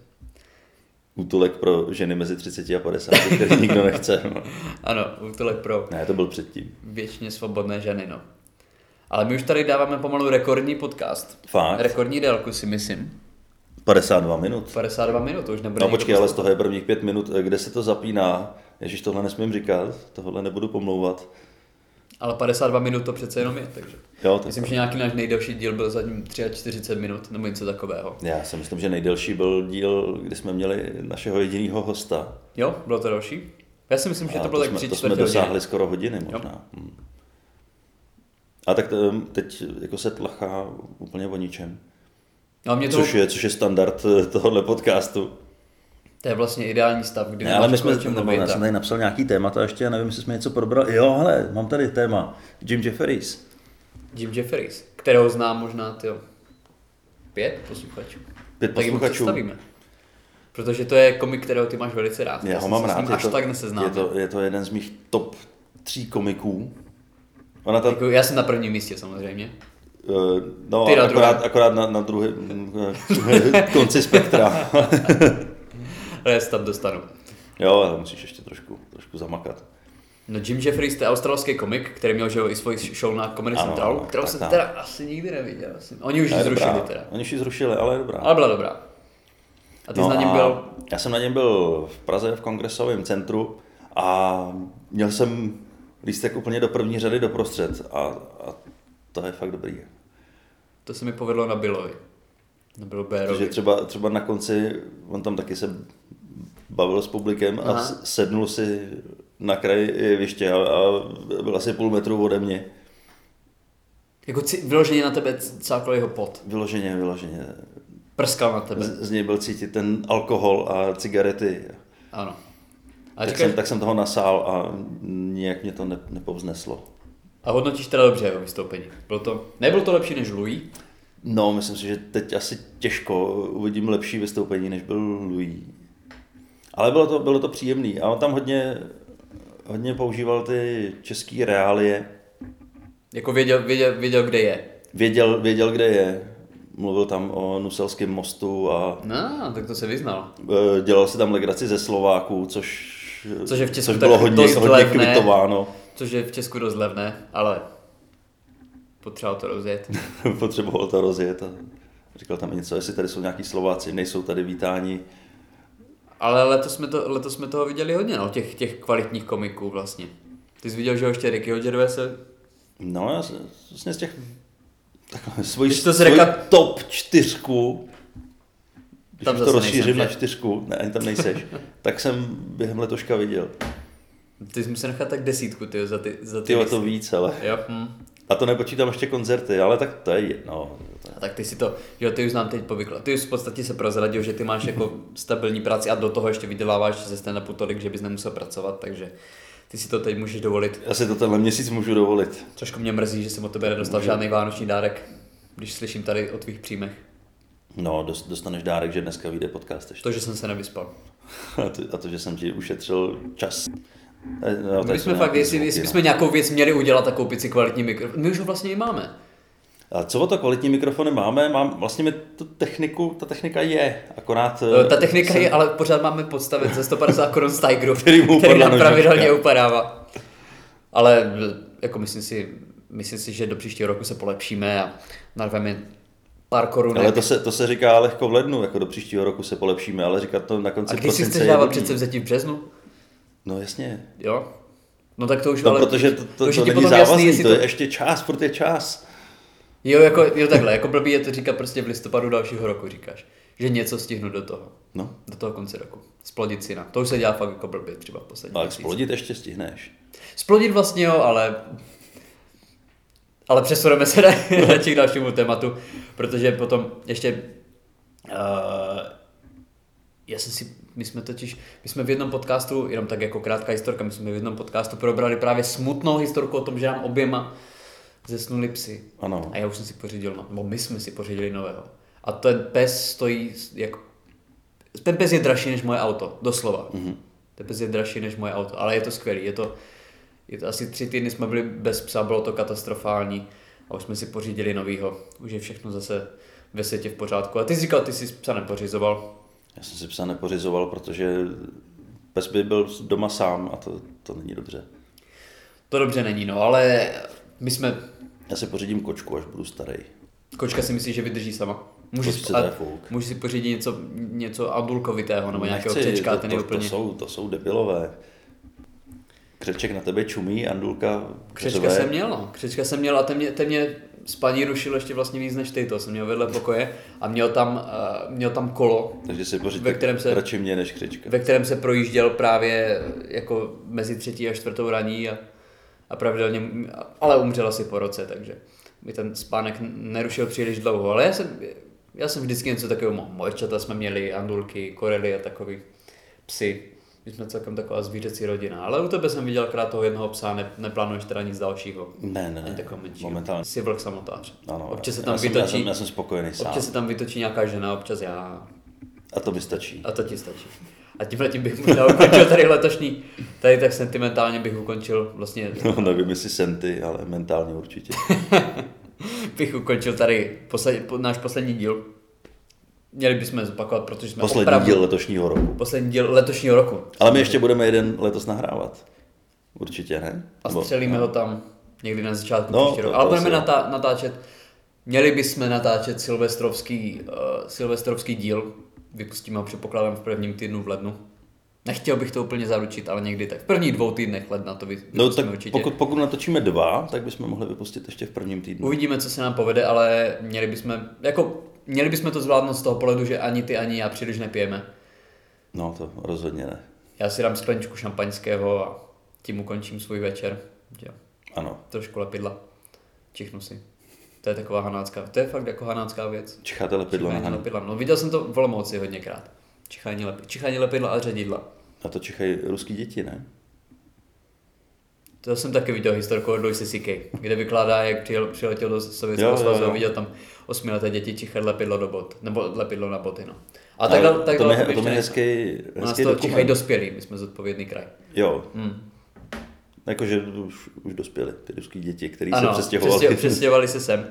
A: Útulek pro ženy mezi 30 a 50, který nikdo nechce. No.
B: Ano, útulek pro
A: Ne, to byl předtím.
B: věčně svobodné ženy, no. Ale my už tady dáváme pomalu rekordní podcast.
A: Fakt?
B: Rekordní délku si myslím.
A: 52 minut.
B: 52 minut, to už nebude
A: No
B: nikdo
A: počkej, ale z toho je prvních pět minut, eh, kde se to zapíná. Ježíš, tohle nesmím říkat, tohle nebudu pomlouvat.
B: Ale 52 minut to přece jenom je, takže.
A: Jo, tak
B: Myslím, že nějaký náš nejdelší díl byl zatím 43 minut, nebo něco takového.
A: já si myslím, že nejdelší byl díl, kdy jsme měli našeho jediného hosta.
B: Jo, bylo to další? Já si myslím, že
A: A
B: to bylo tak
A: jsme,
B: tři
A: to jsme
B: čtvrtě hodiny.
A: dosáhli skoro hodiny možná. Hm. A tak to, teď jako se tlachá úplně o ničem.
B: No, mě to,
A: Což je, což je standard eh, tohohle podcastu.
B: to je vlastně ideální stav, kdy
A: Ne, ale my
B: nemáš
A: jsme,
B: o čem
A: nebo
B: mluvit.
A: já
B: a-
A: jsem tady napsal nějaký témata ještě, já nevím, jestli jsme něco probrali. Jo, ale mám tady téma. Jim Jefferies.
B: Jim Jefferies, kterého znám možná ty pět posluchačů.
A: Pět
B: tak jim ho
A: posluchačů.
B: představíme. Protože to je komik, kterého ty máš velice rád.
A: Já ho
B: jsem
A: mám
B: se s
A: rád.
B: ním
A: je
B: Až
A: to,
B: tak neseznám.
A: je, to, je to jeden z mých top tří komiků. Ona ta,
B: Jako, já jsem na prvním místě samozřejmě.
A: eh,
B: Jako
A: no,
B: Ty na
A: akorát,
B: druhém.
A: akorát na,
B: [LAUGHS]
A: na druhém eh, konci spektra. [LAUGHS]
B: Ale já se tam dostanu.
A: jo, ale musíš ještě trošku, trošku zamakat.
B: No Jim Jeffries, to je australský komik, který měl že jo, i svoji show na Comedy
A: Ano,
B: Centralu,
A: ano,
B: kterou
A: tak
B: jsem
A: tam.
B: teda asi nikdy neviděl. Asi. Oni už ji
A: Ale je
B: zrušili
A: dobrá.
B: teda.
A: Oni už ji zrušili, ale je dobrá. No
B: Ale byla dobrá. A ty jsi na něm
A: a
B: byl...
A: Já jsem na něm byl v Praze v kongresovém centru a měl jsem lístek úplně do první řady doprostřed a, a to je fakt dobrý.
B: To se mi povedlo na Billovi. Na Bill
A: Protože
B: Bérovi.
A: třeba, třeba na konci, on tam taky se bavil s publikem a
B: Aha.
A: s- sednul si na kraj jeviště a, a byl asi půl metru ode mě.
B: Jako ci- vyloženě na tebe c- cákl jeho pot.
A: Vyloženě, vyloženě.
B: Prskal na tebe.
A: Z, z něj byl cítit ten alkohol a cigarety.
B: Ano. A,
A: A tak,
B: říkáš,
A: jsem, tak jsem toho nasál a nějak mě to ne, nepovzneslo.
B: a hodnotíš teda dobře jeho vystoupení. Bylo to, nebylo to lepší než Louis,
A: No, myslím si, že teď asi těžko uvidím lepší vystoupení, než byl Louis. Ale bylo to, bylo to příjemný. A on tam hodně, hodně používal ty české reálie.
B: jako věděl, věděl, věděl kde je.
A: Věděl, věděl, kde je. Mluvil tam o Nuselském mostu a
B: No, tak to se vyznal.
A: e, dělal si tam legraci ze Slováků, což,
B: Což je v Česku
A: což bylo
B: tak
A: hodně,
B: dost
A: hodně
B: levné.
A: kvitováno.
B: Což je v Česku dost levné, ale potřeboval to rozjet.
A: [LAUGHS] Potřeboval to rozjet a říkal tam něco, jestli tady jsou nějaký Slováci, nejsou tady vítáni.
B: Ale letos jsme, to, letos jsme toho viděli hodně, no, těch, těch kvalitních komiků vlastně. Ty jsi viděl, že jo, ještě Rickyho Gervaise
A: No, já jsem vlastně z těch takhle, svoji,
B: Když to
A: svoji
B: zreka-
A: top čtyřku, když
B: Tam
A: tam to
B: zase
A: rozšířím
B: nejsem,
A: na
B: že?
A: čtyřku, ne, ani tam nejseš,
B: [LAUGHS]
A: tak jsem během letoška viděl.
B: Ty jsi musel nechat tak desítku, ty za ty, za ty
A: Ty
B: listy.
A: to víc, ale.
B: Jo, hm.
A: A to nepočítám ještě koncerty, ale tak to je jedno. To je...
B: A tak ty si to, že jo, ty už nám teď povykl. Ty už v podstatě se prozradil, že ty máš jako stabilní práci a do toho ještě vyděláváš ze stand tolik, že bys nemusel pracovat, takže ty si to teď můžeš dovolit.
A: Já si to tenhle měsíc můžu dovolit.
B: Trošku mě mrzí, že jsem od tebe nedostal žádný vánoční dárek, když slyším tady o tvých příjmech.
A: No, dost- dostaneš dárek, že dneska vyjde podcast ještě.
B: To, že jsem se nevyspal.
A: [LAUGHS] A to, a to že jsem ti ušetřil čas. A- No,
B: My
A: tak
B: jsme
A: to
B: fakt,
A: nějaký no.
B: jestli, jestli
A: zvuky,
B: bychom nějakou věc měli udělat a koupit si kvalitní mikrofon. My už ho vlastně i máme.
A: no. A co o to kvalitní mikrofony máme? Mám, vlastně mi tu techniku, ta technika je, akorát...
B: Eh, Ta technika je, ale pořád máme podstavec ze 150 korun z Tigeru,
A: [LAUGHS] Který
B: který
A: mu upadla
B: nám
A: nožička.
B: pravidelně upadává. Ale eh, jako myslím si, myslím si, že do příštího roku se polepšíme a narveme pár korun.
A: Ale to se, to se říká lehko v lednu, jako do příštího roku se polepšíme, ale říkat to na konci
B: a když si
A: prosince
B: chceš
A: je
B: dávat
A: blbý.
B: přece vzetí v březnu?
A: No jasně.
B: Jo? No tak to už
A: No,
B: ale...
A: protože to, to, to,
B: už je
A: to
B: ti
A: není
B: potom
A: závazný,
B: jestli
A: to je ještě čas, furt je čas.
B: Jo, jako, jo takhle, jako blbý je to říkat prostě v listopadu dalšího roku říkáš, že něco stihnu do toho,
A: No,
B: do toho konce roku. Splodit si na. To už se dělá fakt jako blbě třeba v poslední
A: ale
B: měsíci.
A: splodit ještě stihneš.
B: Splodit vlastně jo, ale... Ale přesuneme se na, [LAUGHS] na těch dalšímu tématu, protože potom ještě... Uh, já jsem si, my jsme totiž, my jsme v jednom podcastu, jenom tak jako krátká historka, my jsme v jednom podcastu probrali právě smutnou historku o tom, že nám oběma zesnuli psy.
A: Ano.
B: A já už jsem si pořídil, no, nebo my jsme si pořídili nového. A ten pes stojí, jak... Ten pes je dražší než moje auto, doslova. Mm-hmm.
A: Mhm.
B: Ten pes je dražší než moje auto, ale je to skvělý. Je to, je to asi tři týdny jsme byli bez psa, bylo to katastrofální. A už jsme si pořídili novýho. Už je všechno zase ve světě v pořádku. A ty jsi říkal, ty jsi psa nepořizoval.
A: Já jsem si psa nepořizoval, protože pes by byl doma sám a to, to není dobře.
B: To dobře není, no, ale my jsme...
A: Já si pořídím kočku, až budu starý.
B: Kočka si myslí, že vydrží sama. Můžeš,
A: Kočce
B: a-
A: to je fouk.
B: můžeš si pořídit něco, něco andulkovitého nebo nějakého křečka, a
A: to,
B: ten
A: to,
B: je
A: to,
B: úplně...
A: jsou, to jsou debilové. Křeček na tebe čumí, Andulka
B: Křečka
A: řve.
B: jsem měl, no. Křečka jsem měl a ten mě, ten mě z paní rušil ještě vlastně víc než ty, to jsem měl vedle pokoje a měl tam, uh, měl tam kolo,
A: Takže si
B: ve
A: pořídíte
B: kterém se-
A: radši mě než křečka.
B: ve kterém se projížděl právě jako mezi třetí a čtvrtou raní a, a pravidelně, ale umřel asi po roce, takže mi ten spánek nerušil příliš dlouho, ale já jsem, já jsem vždycky něco takového mohl. Morčata jsme měli, andulky, korely a takový psy. My jsme celkem taková zvířecí rodina, ale u tebe jsem viděl akorát toho jednoho psa, ne, neplánuješ teda nic dalšího.
A: Ne, ne,
B: Ani takového menšího.
A: momentálně.
B: Jsi vlk samotář.
A: Ano,
B: občas se
A: já-
B: tam
A: já jsem,
B: vytočí,
A: já, jsem, já jsem spokojený sám.
B: občas se tam vytočí nějaká žena, občas já.
A: A to mi stačí. [LAUGHS]
B: A to ti stačí. A tímhle tím bych možná ukončil tady letošní, tady tak sentimentálně bych ukončil vlastně, [LAUGHS]
A: No, nevím, jestli jsem ty, ale mentálně určitě.
B: bych ukončil tady posled, po, náš poslední díl. Měli bychom zopakovat, protože jsme
A: Poslední
B: No, opravdu,
A: díl letošního roku.
B: poslední díl letošního roku.
A: Ale my ještě budeme jeden letos nahrávat. Určitě, ne?
B: A
A: Nebo-
B: střelíme ho tam někdy na začátku no,
A: No,
B: příštího roku.
A: to-
B: Ale
A: to
B: budeme
A: asi jo.
B: natá- natáčet, měli bychom natáčet silvestrovský, uh, silvestrovský díl, vypustíme ho předpokládám v prvním týdnu v lednu. Nechtěl bych to úplně zaručit, ale někdy tak. V prvních dvou týdnech ledna to vy- vypustíme
A: No tak
B: určitě.
A: pokud, pokud natočíme dva, tak bychom mohli vypustit ještě v prvním týdnu.
B: Uvidíme, co se nám povede, ale měli bychom, jako, měli bychom to zvládnout z toho pohledu, že ani ty, ani já příliš nepijeme.
A: No to rozhodně ne.
B: Já si dám skleničku šampaňského a tím ukončím svůj večer. Jo.
A: Ano.
B: Trošku lepidla. Čichnu si. To je taková hanácká, to je fakt jako hanácká věc.
A: Čicháte lepidlo na
B: Čichání
A: hanu.
B: lepidla. No viděl jsem to v Olomouci hodněkrát. Čichání, lepi, čichání lepidla a ředidla.
A: Na to čichají ruský děti, ne?
B: To jsem taky viděl historku od Louise C.K., kde vykládá, jak přijel, přiletěl do Sovětského
A: Jo, jo,
B: svazu a
A: jo.
B: viděl tam osmileté děti čichat lepidlo do bot, nebo lepidlo na boty, no. A
A: Ale
B: tak
A: to
B: tak
A: mi-
B: daleko
A: to mi
B: ještě
A: hezký-
B: nejsme. U nás
A: hezký
B: to
A: dokument.
B: čichají dospělí, my jsme zodpovědný kraj.
A: Jo.
B: Hmm.
A: Jakože už, už dospěli ty ruský děti, který se
B: Ano,
A: přestěhovali. [LAUGHS]
B: přestě- přestěhovali se sem.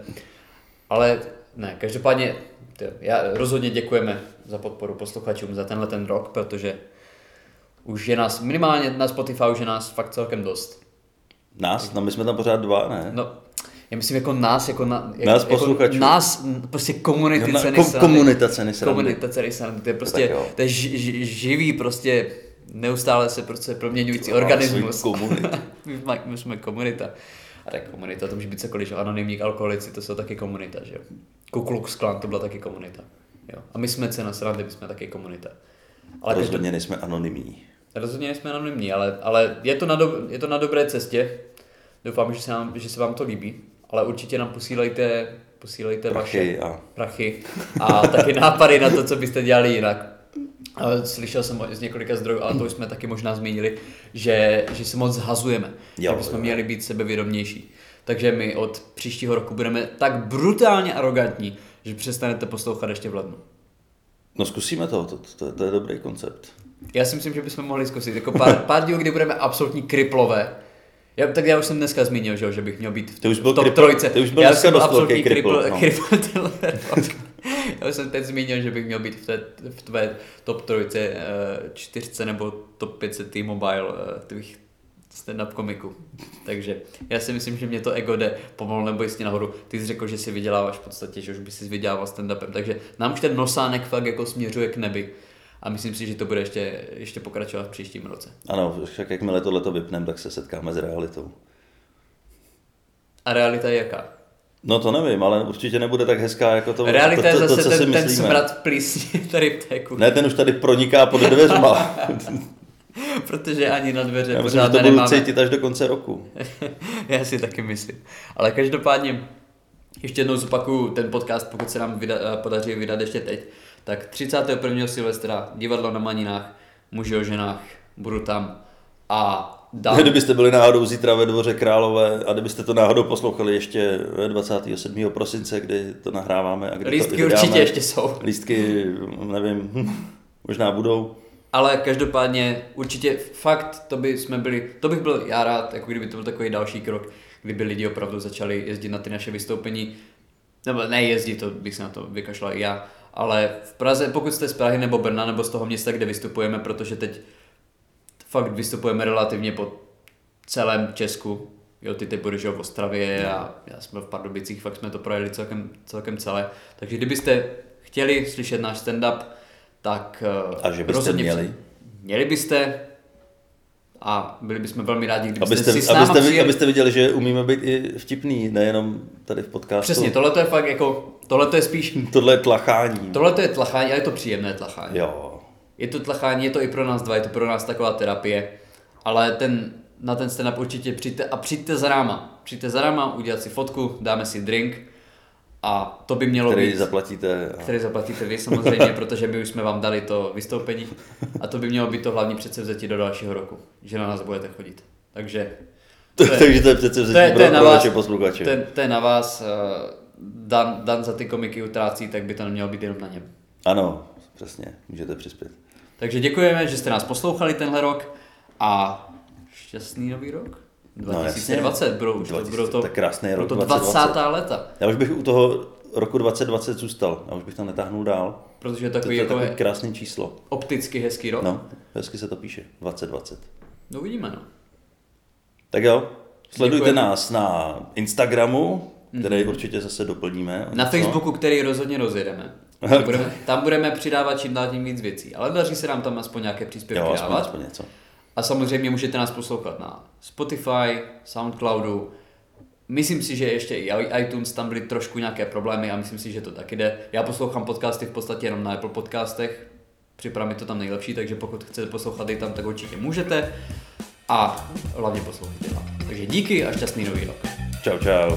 B: Ale ne, každopádně ty, já rozhodně děkujeme za podporu posluchačům za tenhle ten rok, protože už je nás, minimálně na Spotify už je nás fakt celkem dost.
A: Nás? No my jsme tam pořád dva, ne?
B: No, já myslím jako nás, jako, na, jako
A: Nás
B: Jako
A: posluchačů.
B: nás, m, prostě komunity
A: Jo, na-
B: ceny
A: kom-
B: srandy.
A: komunita ceny srandy.
B: Komunita ceny srandy, to je prostě,
A: tak jo.
B: to je ži, ži, živý prostě, neustále se prostě proměňující
A: Máme
B: organismus.
A: svoji komunitu.
B: [LAUGHS] my, jsme- my jsme komunita. A tak komunita, to může být cokoliv, že jo, anonymní alkoholici, to jsou taky komunita, že jo. Ku Klux Klan, to byla taky komunita. Jo. A my jsme cena srandy, my jsme taky komunita.
A: Ale
B: každopádně-
A: rozhodně nejsme anonymní.
B: Rozhodně nejsme anonymní, ale, ale je, to na do, je to na dobré cestě. Doufám, že se, nám, že se vám to líbí, ale určitě nám posílejte, Posílejte
A: prachy
B: vaše
A: a
B: prachy a taky nápady na to, co byste dělali jinak. A Slyšel jsem o- z několika zdrojů, ale to už jsme taky možná zmínili, že, že se moc zhazujeme,
A: Jo,
B: že bychom
A: jo.
B: měli být sebevědomější. Takže my od příštího roku budeme tak brutálně arrogantní, že přestanete poslouchat ještě v lednu.
A: no zkusíme to, to, to, to je dobrý koncept.
B: Já si myslím, že bychom mohli zkusit jako
A: [LAUGHS]
B: pár, pár dílů, kdy budeme absolutní kriplové. Já, tak já už jsem dneska zmínil, že, jo, že bych měl být v,
A: Ty už byl
B: v top
A: kripl-
B: trojce.
A: ty už byl
B: já
A: dneska
B: jsem
A: dost
B: absolutní
A: velký kripl,
B: kripl,
A: no.
B: kripl tenhle rok. [LAUGHS] Já už jsem teď zmínil, že bych měl být v té, v tvé top trojce, eh, čtyřce nebo top 500 T-Mobile eh, tvých stand-up komiků. Takže já si myslím, že mě to ego jde pomalu nebo jistě nahoru. Ty jsi řekl, že si vyděláváš v podstatě, že už by si vydělával stand-upem. Takže nám už ten nosánek fakt jako směřuje k nebi. A myslím si, že to bude ještě, ještě pokračovat v příštím roce.
A: Ano, však jakmile tohleto vypneme, tak se setkáme s realitou.
B: A realita je jaká?
A: No to nevím, ale určitě nebude tak hezká jako to,
B: Realita
A: to, to,
B: je
A: to,
B: zase
A: co si
B: ten, ten
A: myslíme.
B: smrad v plísni tady v té kuchyni.
A: Ne, ten už tady proniká
B: [LAUGHS]
A: pod dveřma.
B: Protože ani na dveře
A: Já myslím, že
B: pořádné
A: to budu
B: nemáme.
A: cítit až do konce roku.
B: [LAUGHS] Já si taky myslím. Ale každopádně, ještě jednou zopakuju ten podcast, pokud se nám vyda, eh, podaří vydat ještě teď, tak 31. silvestra divadlo na Maninách, muži o ženách, budu tam a dám...
A: Kdybyste byli náhodou zítra ve dvoře Králové a kdybyste to náhodou poslouchali ještě 27. prosince, kdy to nahráváme. A kdy to i
B: Lístky
A: vydáme.
B: určitě ještě jsou.
A: Lístky, nevím, hm, možná budou.
B: Ale každopádně určitě fakt to by jsme byli, to bych byl já rád, jako kdyby to byl takový další krok, kdyby lidi opravdu začali jezdit na ty naše vystoupení. Nebo ne jezdit, to bych se na to vykašlal i já, ale v Praze, pokud jste z Prahy nebo Brna nebo z toho města, kde vystupujeme, protože teď fakt vystupujeme relativně po celém Česku. Jo, ty teď budeš jo, v Ostravě a já jsme v Pardubicích, fakt jsme to projeli celkem, celkem celé. Takže kdybyste chtěli slyšet náš stand-up, tak eh,
A: A že byste
B: rozhodně
A: měli.
B: při- Měli byste a byli bychom velmi rádi, kdybyste
A: Abyste,
B: si s náma
A: abyste, vi-
B: přijeli.
A: abyste viděli, že umíme být i vtipný, nejenom tady v podcastu.
B: Přesně, tohle je fakt jako, tohle je spíš,
A: Tohle je tlachání.
B: tohle je tlachání, ale je to příjemné tlachání.
A: Jo.
B: Je to tlachání, je to i pro nás dva, je to pro nás taková terapie, ale ten, na ten stand-up určitě přijďte a přijďte za náma. Přijďte za náma, udělat si fotku, dáme si drink a to by mělo
A: Který
B: být,
A: zaplatíte. a-
B: který zaplatíte vy samozřejmě, protože my už jsme vám dali to vystoupení a to by mělo být to hlavní předsevzetí do dalšího roku, že na nás budete chodit. Takže to je-
A: [LAUGHS] Takže to je přece
B: to je, to
A: vzetí
B: je na
A: pro
B: vás,
A: naše posluchače.
B: To, je, to je na vás, eh, Dan, Dan za ty komiky utrácí, tak by to nemělo být jenom na něm.
A: Ano, přesně, můžete přispět.
B: Takže děkujeme, že jste nás poslouchali tenhle rok a šťastný nový rok. 2020,
A: No, jasně.
B: bro, už 2020,
A: 2020,
B: budou to,
A: tak krásný
B: budou
A: rok
B: to
A: 2020.
B: 20. leta,
A: Já už bych u toho roku 2020 zůstal, já už bych tam netáhnul dál.
B: protože je
A: To, to
B: takový,
A: je
B: jako
A: takový
B: je
A: krásný číslo.
B: opticky hezký rok.
A: No, hezky se to píše, 2020.
B: no uvidíme, no.
A: Tak jo, sledujte
B: Děkujeme.
A: nás na Instagramu, který určitě zase doplníme.
B: Mhm. Na
A: No.
B: Facebooku, který rozhodně
A: [LAUGHS]
B: rozjedeme. Tam budeme, tam budeme přidávat čím dál tím víc věcí, ale daří se nám tam aspoň nějaké příspěvky
A: Jo, aspoň,
B: dávat.
A: aspoň něco.
B: A samozřejmě můžete nás poslouchat na Spotify, Soundcloudu. Myslím si, že ještě i iTunes, tam byly trošku nějaké problémy a myslím si, že to taky jde. Já poslouchám podcasty v podstatě jenom na Apple podcastech. Připadá mi to tam nejlepší, takže pokud chcete poslouchat i tam, tak určitě můžete. A hlavně poslouchejte. nás. Takže díky a šťastný nový rok.
A: Čau, čau.